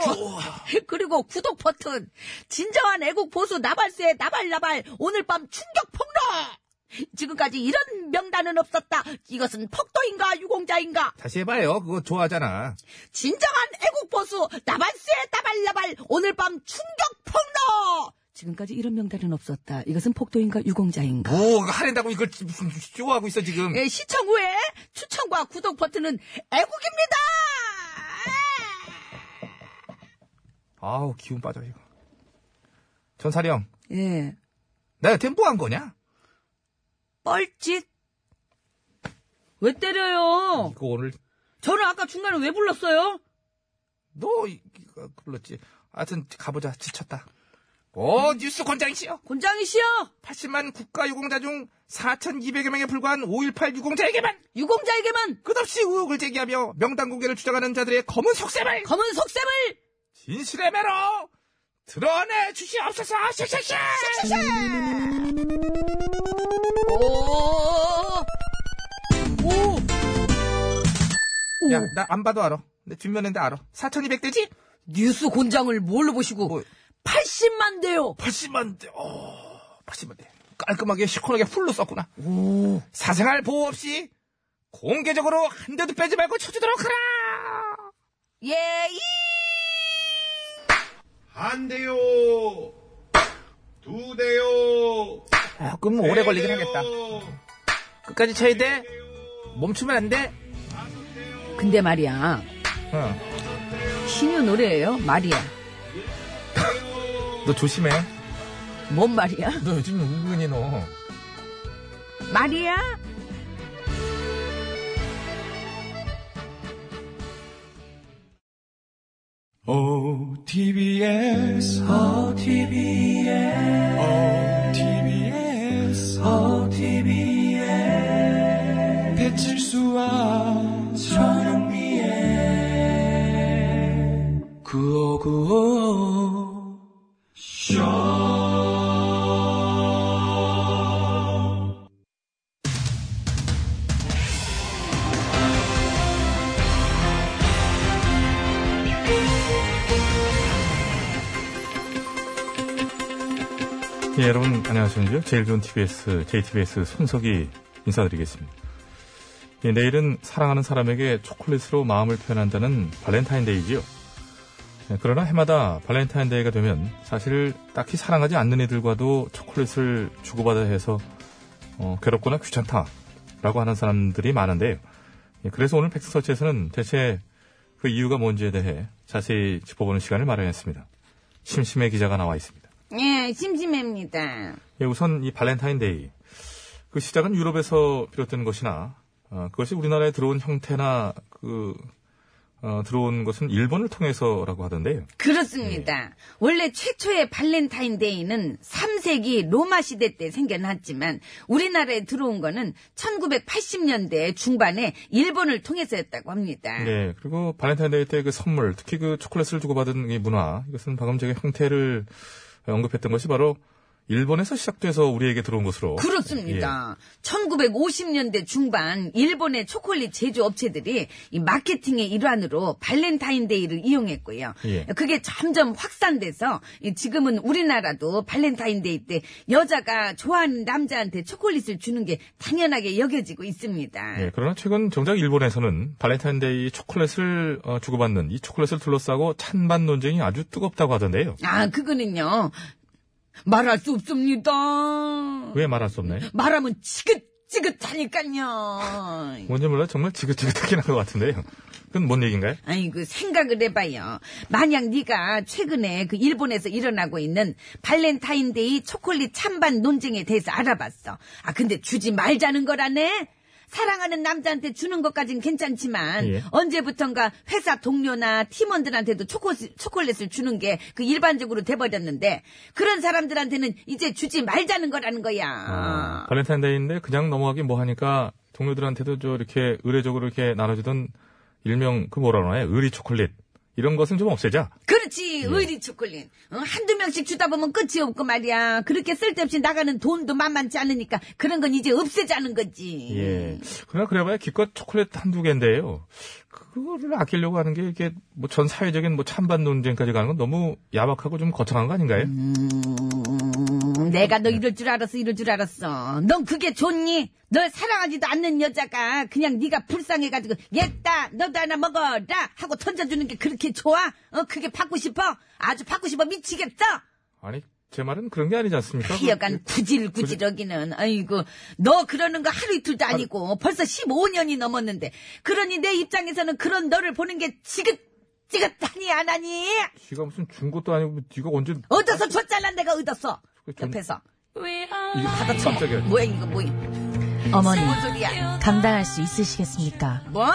Speaker 2: 그리고 구독 버튼 진정한 애국 보수 나발수의 나발나발 오늘 밤 충격 폭로 지금까지 이런 명단은 없었다 이것은 폭도인가 유공자인가
Speaker 13: 다시 해봐요. 그거 좋아하잖아.
Speaker 2: 진정한 애국 보수 나발수의 나발나발 오늘 밤 충격 폭로 지금까지 이런 명단은 없었다 이것은 폭도인가 유공자인가
Speaker 13: 뭐 그거 하린다고 이걸 지- 무슨 쇼하고 있어 지금.
Speaker 2: 예, 시청 후에 추천과 구독 버튼은 애국입니다
Speaker 13: 아우 기운 빠져 이거. 전사령,
Speaker 11: 예.
Speaker 13: 나 여태 뭐한 거냐?
Speaker 2: 뻘짓 왜 때려요
Speaker 13: 이거 오늘
Speaker 2: 저는 아까 중간에 왜 불렀어요?
Speaker 13: 너 이- 이거 불렀지. 하여튼 가보자. 지쳤다. 오 뉴스 권장이시여.
Speaker 2: 곤장이 씨요!
Speaker 13: 80만 국가 유공자 중 4,200여 명에 불과한 5.18 유공자에게만
Speaker 2: 유공자에게만
Speaker 13: 끝없이 의혹을 제기하며 명단 공개를 주장하는 자들의 검은 속셈을
Speaker 2: 검은 속셈을!
Speaker 13: 진실의 매로 드러내 주시옵소서. 샤샤샤.
Speaker 2: 오! 오!
Speaker 13: 야, 나 안 봐도 알아. 내 뒷면인데 알아. 4,200대지?
Speaker 2: 뉴스 곤장을 뭘로 보시고
Speaker 13: 뭐.
Speaker 2: 80만 대요!
Speaker 13: 80만 대. 어, 80만 대. 깔끔하게 시원하게 풀로 썼구나. 사생활 보호 없이 공개적으로 한 대도 빼지 말고 쳐주도록 하라.
Speaker 2: 예, 이!
Speaker 3: 한 대요 두 대요
Speaker 13: 조금 아, 뭐 오래 걸리긴 하겠다. 끝까지 쳐야 돼. 멈추면 안 돼.
Speaker 2: 근데 말이야.
Speaker 13: 어,
Speaker 2: 신유 노래예요 말이야.
Speaker 13: 너 조심해.
Speaker 2: 뭔 말이야?
Speaker 13: 너 요즘 은근히 너.
Speaker 2: 말이야?
Speaker 4: OTBS, OTBS, 어, OTBS, OTBS. 배칠수와 전영미의 구호구호.
Speaker 1: 예, 여러분 안녕하십니까? 제일 좋은 TBS, JTBS 손석희 인사드리겠습니다. 예, 내일은 사랑하는 사람에게 초콜릿으로 마음을 표현한다는 발렌타인데이지요. 예, 그러나 해마다 발렌타인데이가 되면 사실 딱히 사랑하지 않는 이들과도 초콜릿을 주고받아야 해서 어, 괴롭거나 귀찮다라고 하는 사람들이 많은데요. 예, 그래서 오늘 팩스서치에서는 대체 그 이유가 뭔지에 대해 자세히 짚어보는 시간을 마련했습니다. 심심해 기자가 나와 있습니다.
Speaker 2: 예, 심심합니다.
Speaker 1: 예, 우선 이 발렌타인데이. 그 시작은 유럽에서 비롯된 것이나, 어, 그것이 우리나라에 들어온 형태나, 그, 어, 들어온 것은 일본을 통해서라고 하던데요.
Speaker 2: 그렇습니다. 원래 최초의 발렌타인데이는 3세기 로마 시대 때 생겨났지만 우리나라에 들어온 거는 1980년대 중반에 일본을 통해서였다고 합니다.
Speaker 1: 예, 그리고 발렌타인데이 때 그 선물, 특히 그 초콜릿을 주고받은 이 문화, 이것은 방금 제가 형태를 언급했던 것이 바로 일본에서 시작돼서 우리에게 들어온 것으로. 예.
Speaker 2: 그렇습니다. 1950년대 중반 일본의 초콜릿 제조 업체들이 이 마케팅의 일환으로 발렌타인데이를 이용했고요.
Speaker 1: 예.
Speaker 2: 그게 점점 확산돼서 이 지금은 우리나라도 발렌타인데이 때 여자가 좋아하는 남자한테 초콜릿을 주는 게 당연하게 여겨지고 있습니다.
Speaker 1: 예, 그러나 최근 정작 일본에서는 발렌타인데이 초콜릿을 어, 주고받는 이 초콜릿을 둘러싸고 찬반 논쟁이 아주 뜨겁다고 하던데요.
Speaker 2: 아, 그거는요. 말할 수 없습니다.
Speaker 1: 왜 말할 수 없나요?
Speaker 2: 말하면 지긋지긋하니까요.
Speaker 1: 뭔지 몰라 정말 지긋지긋하긴 한 것 같은데요. 그건 뭔 얘기인가요?
Speaker 2: 아이고 생각을 해봐요. 만약 네가 최근에 그 일본에서 일어나고 있는 발렌타인데이 초콜릿 찬반 논쟁에 대해서 알아봤어. 아 근데 주지 말자는 거라네. 사랑하는 남자한테 주는 것까진 괜찮지만
Speaker 1: 예.
Speaker 2: 언제부턴가 회사 동료나 팀원들한테도 초코, 초콜릿을 주는 게 그 일반적으로 돼버렸는데 그런 사람들한테는 이제 주지 말자는 거라는 거야.
Speaker 1: 아, 발렌타인데이인데 그냥 넘어가기 뭐 하니까 동료들한테도 저 이렇게 의례적으로 이렇게 나눠주던 일명 그 뭐라 그러나요? 의리 초콜릿. 이런 것은 좀 없애자.
Speaker 2: 그렇지 의리 초콜릿 어, 한두 명씩 주다 보면 끝이 없고 말이야 그렇게 쓸데없이 나가는 돈도 만만치 않으니까 그런 건 이제 없애자는 거지
Speaker 1: 예. 그러나 그래봐야 기껏 초콜릿 한두 개인데요. 그거를 아끼려고 하는 게 이게 뭐 전 사회적인 뭐 찬반 논쟁까지 가는 건 너무 야박하고 좀 거창한 거 아닌가요?
Speaker 2: 음, 내가 너 이럴 줄 알았어 이럴 줄 알았어 넌 그게 좋니? 널 사랑하지도 않는 여자가 그냥 네가 불쌍해가지고 얘따 너도 하나 먹어라 하고 던져주는 게 그렇게 좋아? 어 그게 받고 싶어? 아주 받고 싶어 미치겠어?
Speaker 1: 아니, 제 말은 그런 게 아니지 않습니까?
Speaker 2: 하여간 구질구질하기는 아이고 너 그러는 거 하루 이틀도 아니고 벌써 15년이 넘었는데 그러니 내 입장에서는 그런 너를 보는 게 지긋지긋하니 안 하니
Speaker 1: 지가 무슨 준 것도 아니고 네가 언제
Speaker 2: 얻어서 줬잖아 내가 얻었어
Speaker 1: 그게 좀-
Speaker 2: 옆에서
Speaker 1: 이게 깜짝이야.
Speaker 2: 뭐야 이거 뭐야
Speaker 10: 어머니,
Speaker 2: 뭔 소리야
Speaker 10: 감당할 수 있으시겠습니까?
Speaker 2: 뭐?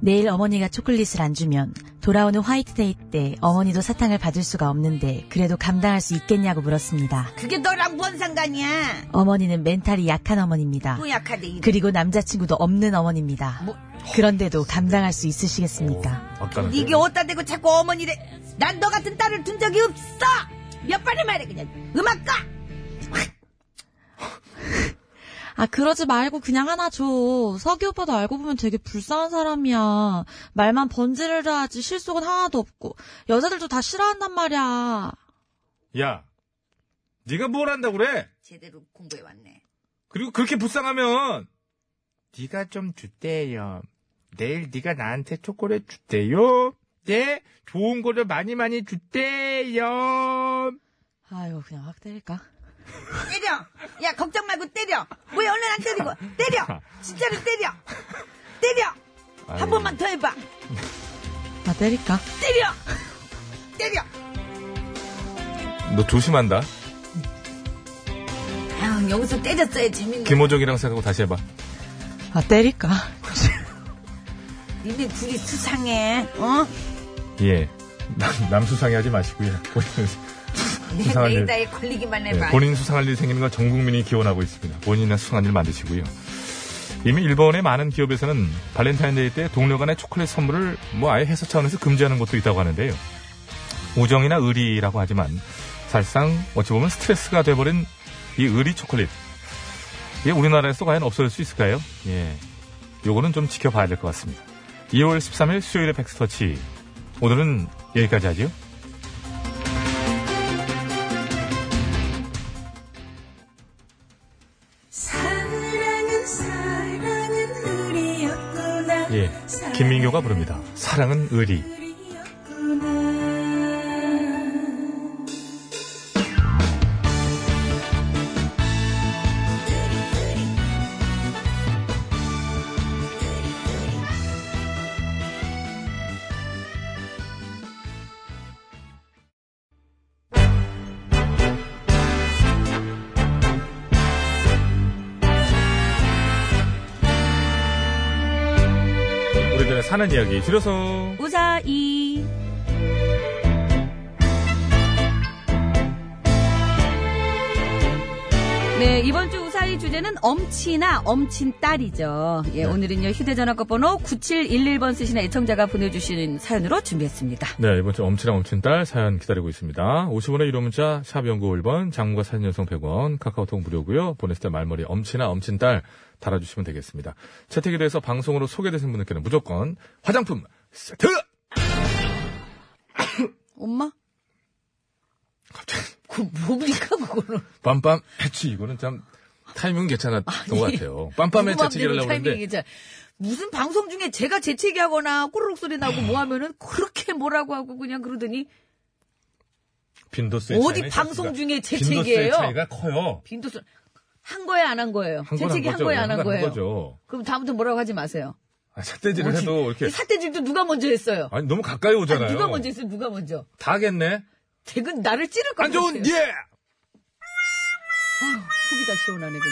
Speaker 10: 내일 어머니가 초콜릿을 안 주면 돌아오는 화이트데이 때 어머니도 사탕을 받을 수가 없는데 그래도 감당할 수 있겠냐고 물었습니다.
Speaker 2: 그게 너랑 뭔 상관이야 뭐
Speaker 10: 어머니는 멘탈이 약한 어머니입니다.
Speaker 2: 뿌약하대 이거
Speaker 10: 그리고 남자친구도 없는 어머니입니다.
Speaker 2: 뭐?
Speaker 10: 그런데도 감당할 수 있으시겠습니까?
Speaker 1: 아까는
Speaker 2: 이게 어디다 대고 자꾸 어머니래 난 너 같은 딸을 둔 적이 없어 몇 번을 말해 그냥 음악 꺼
Speaker 14: 아, 그러지 말고 그냥 하나 줘. 석이 오빠도 알고 보면 되게 불쌍한 사람이야. 말만 번지를 하지 실속은 하나도 없고. 여자들도 다 싫어한단 말이야.
Speaker 1: 야, 네가 뭘 한다고 그래?
Speaker 2: 제대로 공부해왔네
Speaker 1: 그리고 그렇게 불쌍하면
Speaker 15: 네가 좀 주대요. 내일 네가 나한테 초콜릿 주대요. 네, 좋은 거를 많이 많이 주대요.
Speaker 14: 아유, 그냥 확 때릴까?
Speaker 2: 때려. 야, 걱정 말고 때려. 왜 얼른 안 때리고? 때려. 진짜로 때려. 때려. 한 번만 더 해봐.
Speaker 10: 아,
Speaker 14: 나 때릴까?
Speaker 2: 때려. 때려.
Speaker 1: 너 조심한다.
Speaker 2: 아, 여기서 때렸어야지. 민네
Speaker 1: 김호정이랑 생각하고 다시 해봐.
Speaker 14: 아, 때릴까?
Speaker 2: 니네 둘이 수상해. 어?
Speaker 1: 예. 남, 남 수상해 하지 마시고요. 본인,
Speaker 2: 내
Speaker 1: 수상한 일.
Speaker 2: 레이더에 걸리기만
Speaker 1: 예,
Speaker 2: 해봐.
Speaker 1: 본인 수상할 일이 생기는 걸 전 국민이 기원하고 있습니다. 본인의 수상한 일 만드시고요. 이미 일본의 많은 기업에서는 발렌타인데이 때 동료 간의 초콜릿 선물을 뭐 아예 회사 차원에서 금지하는 곳도 있다고 하는데요. 우정이나 의리라고 하지만 사실상 어찌 보면 스트레스가 돼버린 이 의리 초콜릿. 이게 우리나라에서 과연 없어질 수 있을까요? 예. 요거는 좀 지켜봐야 될 것 같습니다. 2월 13일 수요일의 백스터치. 오늘은 여기까지 하죠.
Speaker 4: 사랑은 사랑은 의리였구나
Speaker 1: 예. 김민교가 부릅니다. 사랑은 의리. 우리들의 사는 이야기 줄여서
Speaker 2: 우사이. 네, 이번 주 우사이 주제는 엄치나 엄친딸이죠.
Speaker 1: 네.
Speaker 2: 예, 오늘은요, 휴대전화 끝번호 9711번 쓰시는 애청자가 보내주신 사연으로 준비했습니다.
Speaker 1: 네, 이번 주 엄친아 엄친딸 사연 기다리고 있습니다. 50원의 유료 문자, 샵 연구 1번, 장무가 사진 연성 100원, 카카오톡 무료고요 보냈을 때 말머리 엄친아 엄친딸 달아주시면 되겠습니다. 채택이 돼서 방송으로 소개되신 분들께는 무조건 화장품 세트!
Speaker 2: 엄마?
Speaker 1: 갑자기
Speaker 2: 그, 뭡니까, 그거는?
Speaker 1: 빰빰 해치, 이거는 참 타이밍은 괜찮았던 것 같아요. 빰빰에
Speaker 2: 궁금합니다,
Speaker 1: 채찍이 하려고
Speaker 2: 타이밍이
Speaker 1: 했는데,
Speaker 2: 진짜. 무슨 방송 중에 제가 재채기 하거나 꼬르륵 소리 나고 뭐 하면은 그렇게 뭐라고 하고 그냥 그러더니
Speaker 1: 빈도수의
Speaker 2: 어디
Speaker 1: 차이는
Speaker 2: 방송
Speaker 1: 있었습니다.
Speaker 2: 중에
Speaker 1: 빈도수의
Speaker 2: 재채기예요?
Speaker 1: 차이가 커요.
Speaker 2: 빈도수 한 거예요, 안 한 거예요?
Speaker 1: 한 건 한
Speaker 2: 재채기 한
Speaker 1: 거죠.
Speaker 2: 거예요, 안
Speaker 1: 한
Speaker 2: 한
Speaker 1: 건한
Speaker 2: 거예요?
Speaker 1: 거죠.
Speaker 2: 그럼 다음부터 뭐라고 하지 마세요.
Speaker 1: 아, 삿대질을 해도 이렇게.
Speaker 2: 이 삿대질도 누가 먼저 했어요?
Speaker 1: 아니, 너무 가까이 오잖아요.
Speaker 2: 아니, 누가 먼저 했어요? 누가 먼저?
Speaker 1: 다겠네?
Speaker 2: 대근 나를 찌를 것
Speaker 1: 안
Speaker 2: 같아요. 아,
Speaker 1: 좋은, 예!
Speaker 2: 속이 다 시원하네 그냥.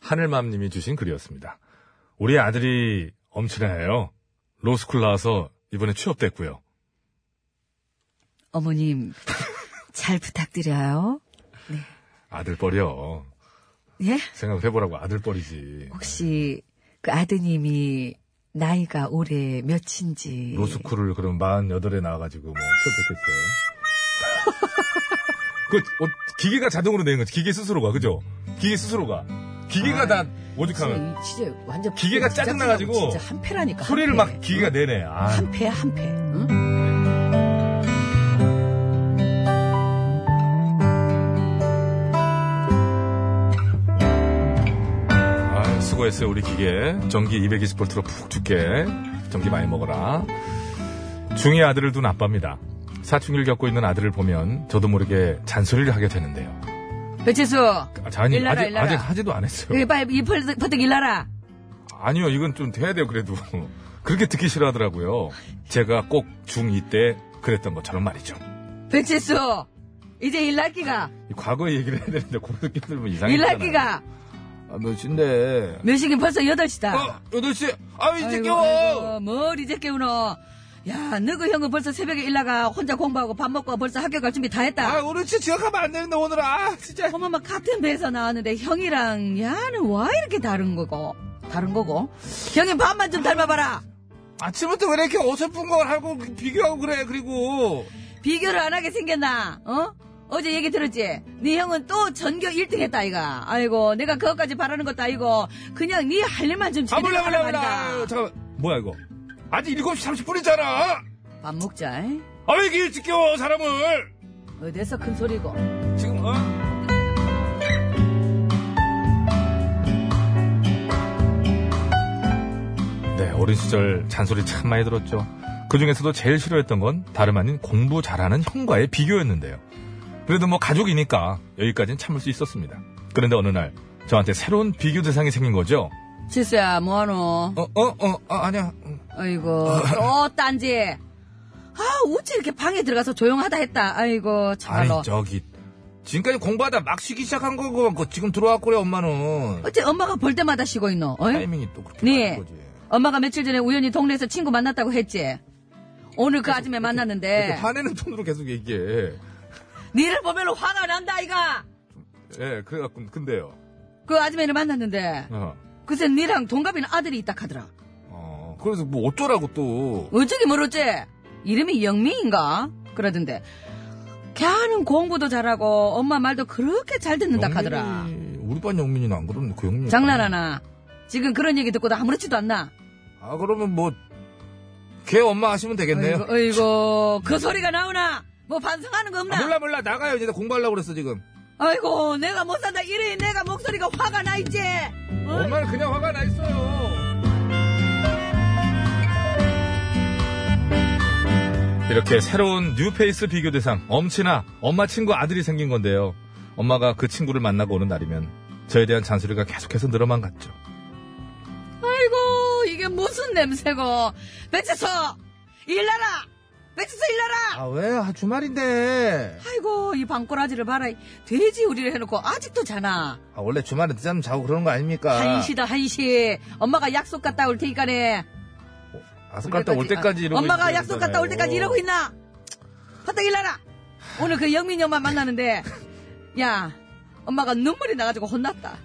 Speaker 1: 하늘맘님이 주신 글이었습니다. 우리 아들이 엄친아예요. 로스쿨 나와서 이번에 취업됐고요.
Speaker 10: 어머님, 잘 부탁드려요.
Speaker 1: 아들뻘이요.
Speaker 10: 예?
Speaker 1: 생각을 해보라고 아들뻘이지.
Speaker 10: 혹시 그 아드님이 나이가 올해 몇인지.
Speaker 1: 로스쿨을 그럼 48에 나와가지고 뭐 취업됐겠어요. 그 어, 기계가 자동으로 내는 거지. 기계 스스로가 그죠? 기계 스스로가 기계가 다 오죽하면
Speaker 10: 진짜, 진짜 완전
Speaker 1: 기계가 짜증나가지고
Speaker 10: 진짜 한패라니까.
Speaker 1: 소리를
Speaker 10: 한패.
Speaker 1: 막 기계가 내네. 아.
Speaker 10: 한패 한패. 응?
Speaker 1: 아, 수고했어요, 우리 기계. 전기 220V로 푹 줄게. 전기 많이 먹어라. 중이 아들을 둔 아빠입니다. 사춘기를 겪고 있는 아들을 보면 저도 모르게 잔소리를 하게 되는데요.
Speaker 2: 배치수.
Speaker 1: 아, 자, 아니,
Speaker 2: 일나라,
Speaker 1: 아직,
Speaker 2: 일나라. 그-
Speaker 1: 아직 하지도 안 했어요.
Speaker 2: 여기 빨리 이 퍼뜩 퍼뜩 일나라.
Speaker 1: 아니요, 이건 좀 돼야 돼요, 그래도. 그렇게 듣기 싫어하더라고요. 제가 꼭 중2 때 그랬던 것처럼 말이죠.
Speaker 2: 배치수. 이제 일날 기가.
Speaker 1: 이 과거의 얘기를 해야 되는데, 고르기 힘들면 뭐 이상해.
Speaker 2: 일날 기가.
Speaker 1: 아, 몇인데.
Speaker 2: 몇 시긴 벌써 8시다.
Speaker 1: 어, 8시. 아, 이제
Speaker 2: 아이고,
Speaker 1: 깨워!
Speaker 2: 아이고, 뭘 이제 깨우노. 야, 너그 형은 벌써 새벽에 일나가 혼자 공부하고 밥 먹고 벌써 학교 갈 준비 다 했다.
Speaker 13: 아, 오늘 진짜 지각하면 안 되는데, 오늘. 아, 진짜.
Speaker 2: 어머마 같은 배에서 나왔는데 형이랑 야는 와 이렇게 다른 거고 다른 거고 형이 밥만 좀 닮아봐라
Speaker 13: 아침부터 왜 이렇게 어설픈 걸 하고 비교하고 그래, 그리고.
Speaker 2: 비교를 안 하게 생겼나 어? 어제 얘기 들었지? 네 형은 또 전교 1등 했다 아이가 아이고 내가 그것까지 바라는 것도 아니고 그냥 네 할 일만 좀
Speaker 13: 아,
Speaker 2: 제대로
Speaker 13: 몰라, 몰라,
Speaker 2: 하란
Speaker 13: 몰라.
Speaker 2: 말이다
Speaker 13: 아유, 잠깐만. 뭐야, 이거. 아직 7시 30분이잖아. 아,
Speaker 2: 밥 먹자 에?
Speaker 13: 왜 이렇게 일찍 깨워, 사람을.
Speaker 2: 어디서 큰 소리고
Speaker 13: 지금, 어?
Speaker 1: 네, 어린 시절 잔소리 참 많이 들었죠. 그 중에서도 제일 싫어했던 건 다름 아닌 공부 잘하는 형과의 비교였는데요. 그래도 뭐 가족이니까 여기까지는 참을 수 있었습니다. 그런데 어느 날 저한테 새로운 비교 대상이 생긴 거죠.
Speaker 2: 지수야 뭐하노
Speaker 13: 어, 어, 어, 아, 아니야.
Speaker 1: 음,
Speaker 2: 아이고 또 딴지 아 어째 이렇게 방에 들어가서 조용하다 했다 아이고
Speaker 13: 아니,
Speaker 2: 참말로
Speaker 13: 저기. 지금까지 공부하다 막 쉬기 시작한 거고,
Speaker 1: 뭐
Speaker 13: 그거 지금 들어왔고, 그래, 엄마는.
Speaker 2: 어째 엄마가 볼 때마다 쉬고 있노?
Speaker 1: 뭐.
Speaker 2: 어이?
Speaker 13: 타이밍이 또 그렇게
Speaker 2: 네.
Speaker 13: 맞는 거지.
Speaker 2: 엄마가 며칠 전에 우연히 동네에서 친구 만났다고 했지. 오늘 그 아줌마
Speaker 13: 그러니까
Speaker 1: 이렇게
Speaker 2: 만났는데
Speaker 1: 화내는 톤으로 계속 얘기해.
Speaker 2: 니를 보면 화가 난다 아이가.
Speaker 1: 예, 그래갖고 근데요.
Speaker 2: 그 아줌마를 만났는데
Speaker 1: 어,
Speaker 2: 글쎄 니랑 동갑인 아들이 있다 하더라.
Speaker 1: 어, 그래서 뭐 어쩌라고 또.
Speaker 2: 어쩌기 모르지? 이름이 영미인가? 그러던데 걔는 공부도 잘하고 엄마 말도 그렇게 잘 듣는다 하더라.
Speaker 13: 영민이, 우리 반 영민이는 안 그러는데, 그 영민이.
Speaker 2: 음. 장난하나? 지금 그런 얘기 듣고도 아무렇지도 않나?
Speaker 13: 아, 그러면 뭐, 걔 엄마 하시면 되겠네요.
Speaker 2: 어이구, 어이구 그 소리가 나오나? 뭐 반성하는 거 없나?
Speaker 13: 아, 몰라, 몰라. 나가요. 이제 나 공부하려고 그랬어, 지금.
Speaker 2: 아이고 내가 못 산다 이래 내가 목소리가 화가 나 있지
Speaker 13: 엄마는 그냥 화가 나 있어요.
Speaker 1: 이렇게 새로운 뉴페이스 비교 대상 엄친아 엄마 친구 아들이 생긴 건데요. 엄마가 그 친구를 만나고 오는 날이면 저에 대한 잔소리가 계속해서 늘어만 갔죠.
Speaker 2: 아이고 이게 무슨 냄새고 배치소 일나라 배치소 일나라
Speaker 13: 아, 왜? 아, 주말인데.
Speaker 2: 아이고 이 방꼬라지를 봐라 이 돼지 우리를 해놓고 아직도 자나
Speaker 13: 아, 원래 주말에 늦잠 자고 그러는 거 아닙니까?
Speaker 2: 한시다 한시 엄마가 약속 갔다 올 테니까네
Speaker 13: 아, 갔다 올 때까지 이러고
Speaker 2: 엄마가
Speaker 13: 있어야
Speaker 2: 약속 갔다 올 때까지 이러고 있나 바닥 일나라 오늘 그 영민이 엄마 만나는데 야 엄마가 눈물이 나가지고 혼났다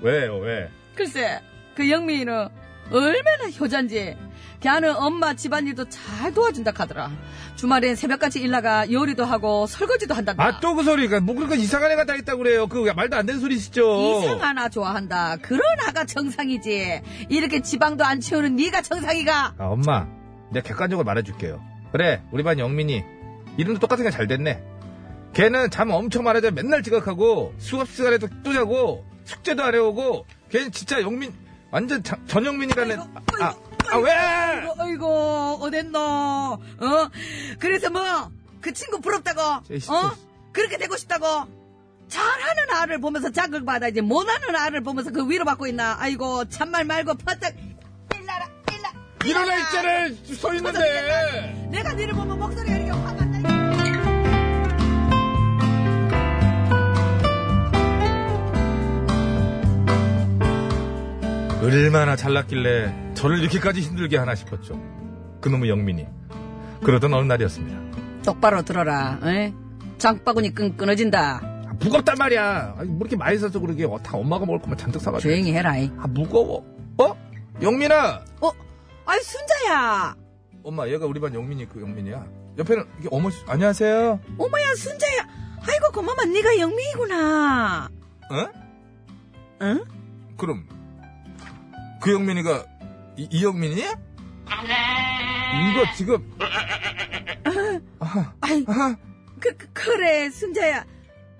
Speaker 1: 왜요 왜?
Speaker 2: 글쎄 그 영미는 얼마나 효자인지 걔는 엄마 집안일도 잘 도와준다 카더라 주말엔 새벽까지 일나가 요리도 하고 설거지도 한단다
Speaker 13: 아, 또 그 소리가. 뭐, 그러니까 이상한 애가 다 있다고 그래요. 그, 말도 안 되는 소리시죠?
Speaker 2: 이상하나 좋아한다 그런 아가 정상이지 이렇게 지방도 안 채우는 네가 정상이가
Speaker 13: 아, 엄마. 내가 객관적으로 말해줄게요. 그래, 우리 반 영민이. 이름도 똑같은 게 잘 됐네. 걔는 잠 엄청 많아져 맨날 지각하고, 수업 시간에도 또 자고, 숙제도 안 해오고, 걔는 진짜 영민, 완전 자- 전영민이라는.
Speaker 2: 아이고,
Speaker 13: 아, 아, 아, 왜?
Speaker 2: 아이고 아이고 어, 어딨노 어 그래서 뭐 그 친구 부럽다고 어
Speaker 13: 진짜.
Speaker 2: 그렇게 되고 싶다고 잘하는 아를 보면서 자극받아야지 못하는 아를 보면서 그 위로받고 있나 아이고 참말 말고 퍼뜩 일나라 일나
Speaker 13: 일어나 있잖아! 서 있는데!
Speaker 2: 내가 니를 보면 목소리가 이렇게 화가 나
Speaker 1: 얼마나 잘났길래 저를 이렇게까지 힘들게 하나 싶었죠. 그놈의 영민이. 그러던 어느 날이었습니다.
Speaker 2: 똑바로 들어라. 에? 장바구니 끈 끊어진다.
Speaker 13: 아, 무겁단 말이야. 아니, 뭐 이렇게 많이 사서 그러게 어, 다 엄마가 먹을 거면 잔뜩 사가지고.
Speaker 2: 조용히 해라. 이. 어?
Speaker 13: 아 무거워. 어? 영민아.
Speaker 2: 아이 순자야.
Speaker 13: 엄마 얘가 우리 반 영민이 그 영민이야. 옆에는 이게 어머 안녕하세요.
Speaker 10: 어머야, 순자야. 아이고, 고마워. 네가 영미이구나.
Speaker 13: 응?
Speaker 10: 응?
Speaker 13: 어? 그럼 그 영민이가 이, 이 영민이야? 이거 지금
Speaker 10: 아이,
Speaker 13: 어?
Speaker 10: 그, 그, 그래, 순자야.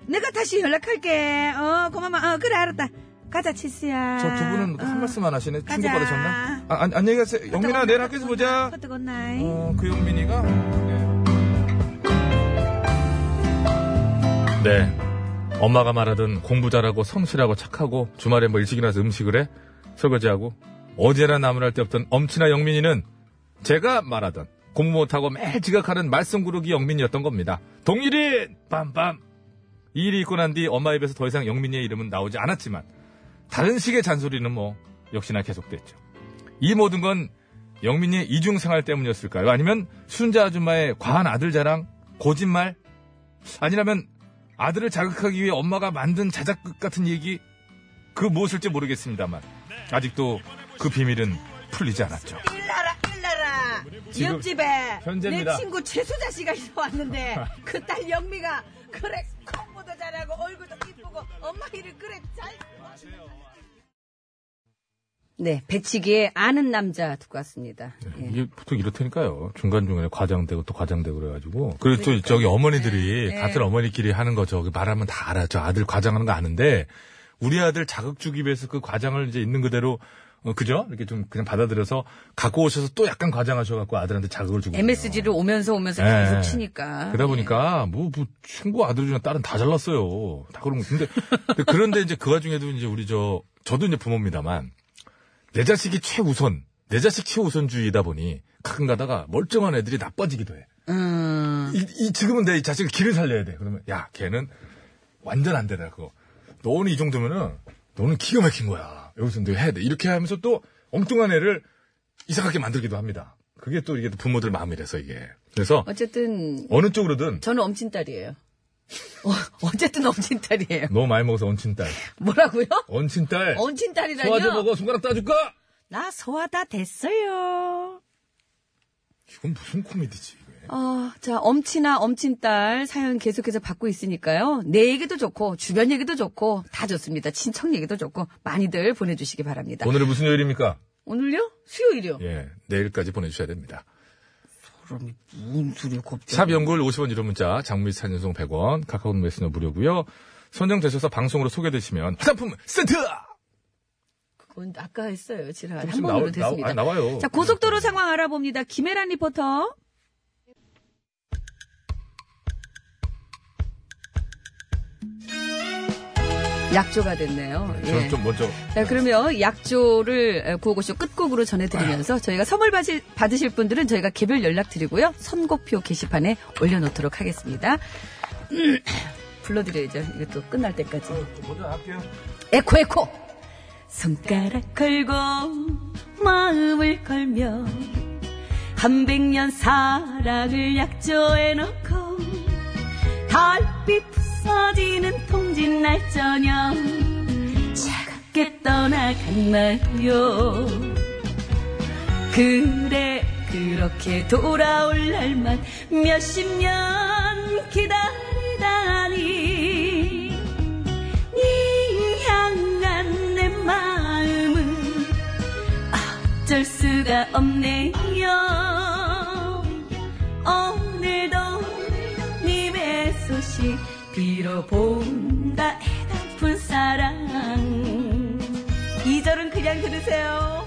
Speaker 10: 내가 다시 연락할게. 어, 고마워. 어, 그래, 알았다. 가자, 치스야. 어,
Speaker 13: 저 두 분은 한 말씀 안 하시네. 충고
Speaker 10: 아, 가자.
Speaker 13: 받으셨나? 아, 안, 안녕히 가세요. 영민아 내일 학교에서 보자.
Speaker 10: 그것도 건나이.
Speaker 13: 어, 그 영민이가
Speaker 1: 네. 엄마가 말하던 공부 잘하고 성실하고 착하고 주말에 뭐 일찍 일어나서 음식을 해 설거지하고 어제나 나무랄 데 없던 엄친아 영민이는 제가 말하던 공부 못하고 매일 지각하는 말썽구르기 영민이었던 겁니다. 동일인 빰빰 이 일이 있고 난 뒤 엄마 입에서 더 이상 영민이의 이름은 나오지 않았지만 다른 식의 잔소리는 뭐 역시나 계속됐죠. 이 모든 건 영민이의 이중생활 때문이었을까요? 아니면 순자 아줌마의 과한 아들 자랑 거짓말 아니라면 아들을 자극하기 위해 엄마가 만든 자작극 같은 얘기 그 무엇일지 모르겠습니다만 아직도 그 비밀은 풀리지 않았죠.
Speaker 10: 일나라, 일나라.
Speaker 1: 지금
Speaker 10: 옆집에
Speaker 1: 현재입니다.
Speaker 10: 내 친구 최수자 씨가 있어 왔는데 그 딸 영미가 그래 공부도 잘하고 얼굴도 이쁘고 엄마 일을 그래 잘.
Speaker 2: 네, 배치기의 아는 남자 듣고 왔습니다. 예.
Speaker 1: 이게 보통 이렇다니까요. 중간중간에 과장되고 또 과장되고 그래가지고. 그리고 또 저기 어머니들이
Speaker 2: 네.
Speaker 1: 같은 어머니끼리 하는 거 저기 말하면 다 알아. 저 아들 과장하는 거 아는데 우리 아들 자극 주기 위해서 그 과장을 이제 있는 그대로 어, 그죠? 이렇게 좀 그냥 받아들여서 갖고 오셔서 또 약간 과장하셔갖고 아들한테 자극을 주고.
Speaker 2: MSG를 오면서 오면서
Speaker 1: 예.
Speaker 2: 계속 치니까.
Speaker 1: 그러다 보니까 뭐, 뭐 친구 아들이나 딸은 다 잘났어요. 다 그런 거. 근데, 근데 그런데 이제 그 와중에도 이제 우리 저 저도 이제 부모입니다만 내 자식이 최우선 내 자식 최우선주의다 보니 가끔 가다가 멀쩡한 애들이 나빠지기도 해.
Speaker 2: 음,
Speaker 1: 이, 이 지금은 내 자식을 길을 살려야 돼. 그러면 야 걔는 완전 안 되다 그거. 너는 이 정도면은 너는 기가 막힌 거야. 여기서 너 해야 돼. 이렇게 하면서 또 엉뚱한 애를 이상하게 만들기도 합니다. 그게 또 이게 또 부모들 마음이라서 이게. 그래서
Speaker 2: 어쨌든
Speaker 1: 어느 쪽으로든
Speaker 2: 저는 엄친딸이에요. 어, 어쨌든 엄친딸이에요.
Speaker 1: 너무 많이 먹어서 얹힌딸.
Speaker 2: 뭐라고요?
Speaker 1: 얹힌딸.
Speaker 2: 엄친딸이라뇨?
Speaker 1: 소화제 먹어. 손가락 따줄까?
Speaker 10: 나 소화다 됐어요.
Speaker 1: 이건 무슨 코미디지, 이게.
Speaker 2: 어, 자, 엄친아, 엄친딸 사연 계속해서 받고 있으니까요. 내 얘기도 좋고, 주변 얘기도 좋고, 다 좋습니다. 친척 얘기도 좋고, 많이들 보내주시기 바랍니다.
Speaker 1: 오늘은 무슨 요일입니까?
Speaker 2: 오늘요? 수요일이요?
Speaker 1: 예, 내일까지 보내주셔야 됩니다.
Speaker 2: 그럼 무슨 소리야, 갑자기.
Speaker 1: 샵 연구일 50원 유료 문자, 장미 산연송 100원, 카카오 메시너 무료고요 선정되셔서 방송으로 소개되시면 화장품 세트!
Speaker 2: 그건 아까 했어요, 지랄. 한
Speaker 1: 조금씩
Speaker 2: 번으로
Speaker 1: 나오- 나오-
Speaker 2: 됐습니다.
Speaker 1: 아니, 나와요.
Speaker 10: 자, 고속도로 상황 알아봅니다. 김혜란 리포터.
Speaker 2: 약조가 됐네요.
Speaker 1: 저는
Speaker 2: 예.
Speaker 1: 좀 먼저.
Speaker 2: 자, 그러면 약조를 구호고쇼 끝곡으로 전해드리면서 저희가 선물 받으실, 받으실 분들은 저희가 개별 연락드리고요. 선곡표 게시판에 올려놓도록 하겠습니다. 음, 불러드려야죠. 이것도 끝날 때까지.
Speaker 1: 먼저 할게요.
Speaker 2: 에코, 에코!
Speaker 10: 손가락 걸고 마음을 걸며 한백년 사랑을 약조해놓고 달빛 부서지는 통진 날 저녁 차갑게 떠나갔나요 그래 그렇게 돌아올 날만 몇십 년 기다리다니 니 향한 내 마음은 어쩔 수가 없네요 오늘도 님의 소식 빌어본다 해답은 사랑 이절은 그냥 들으세요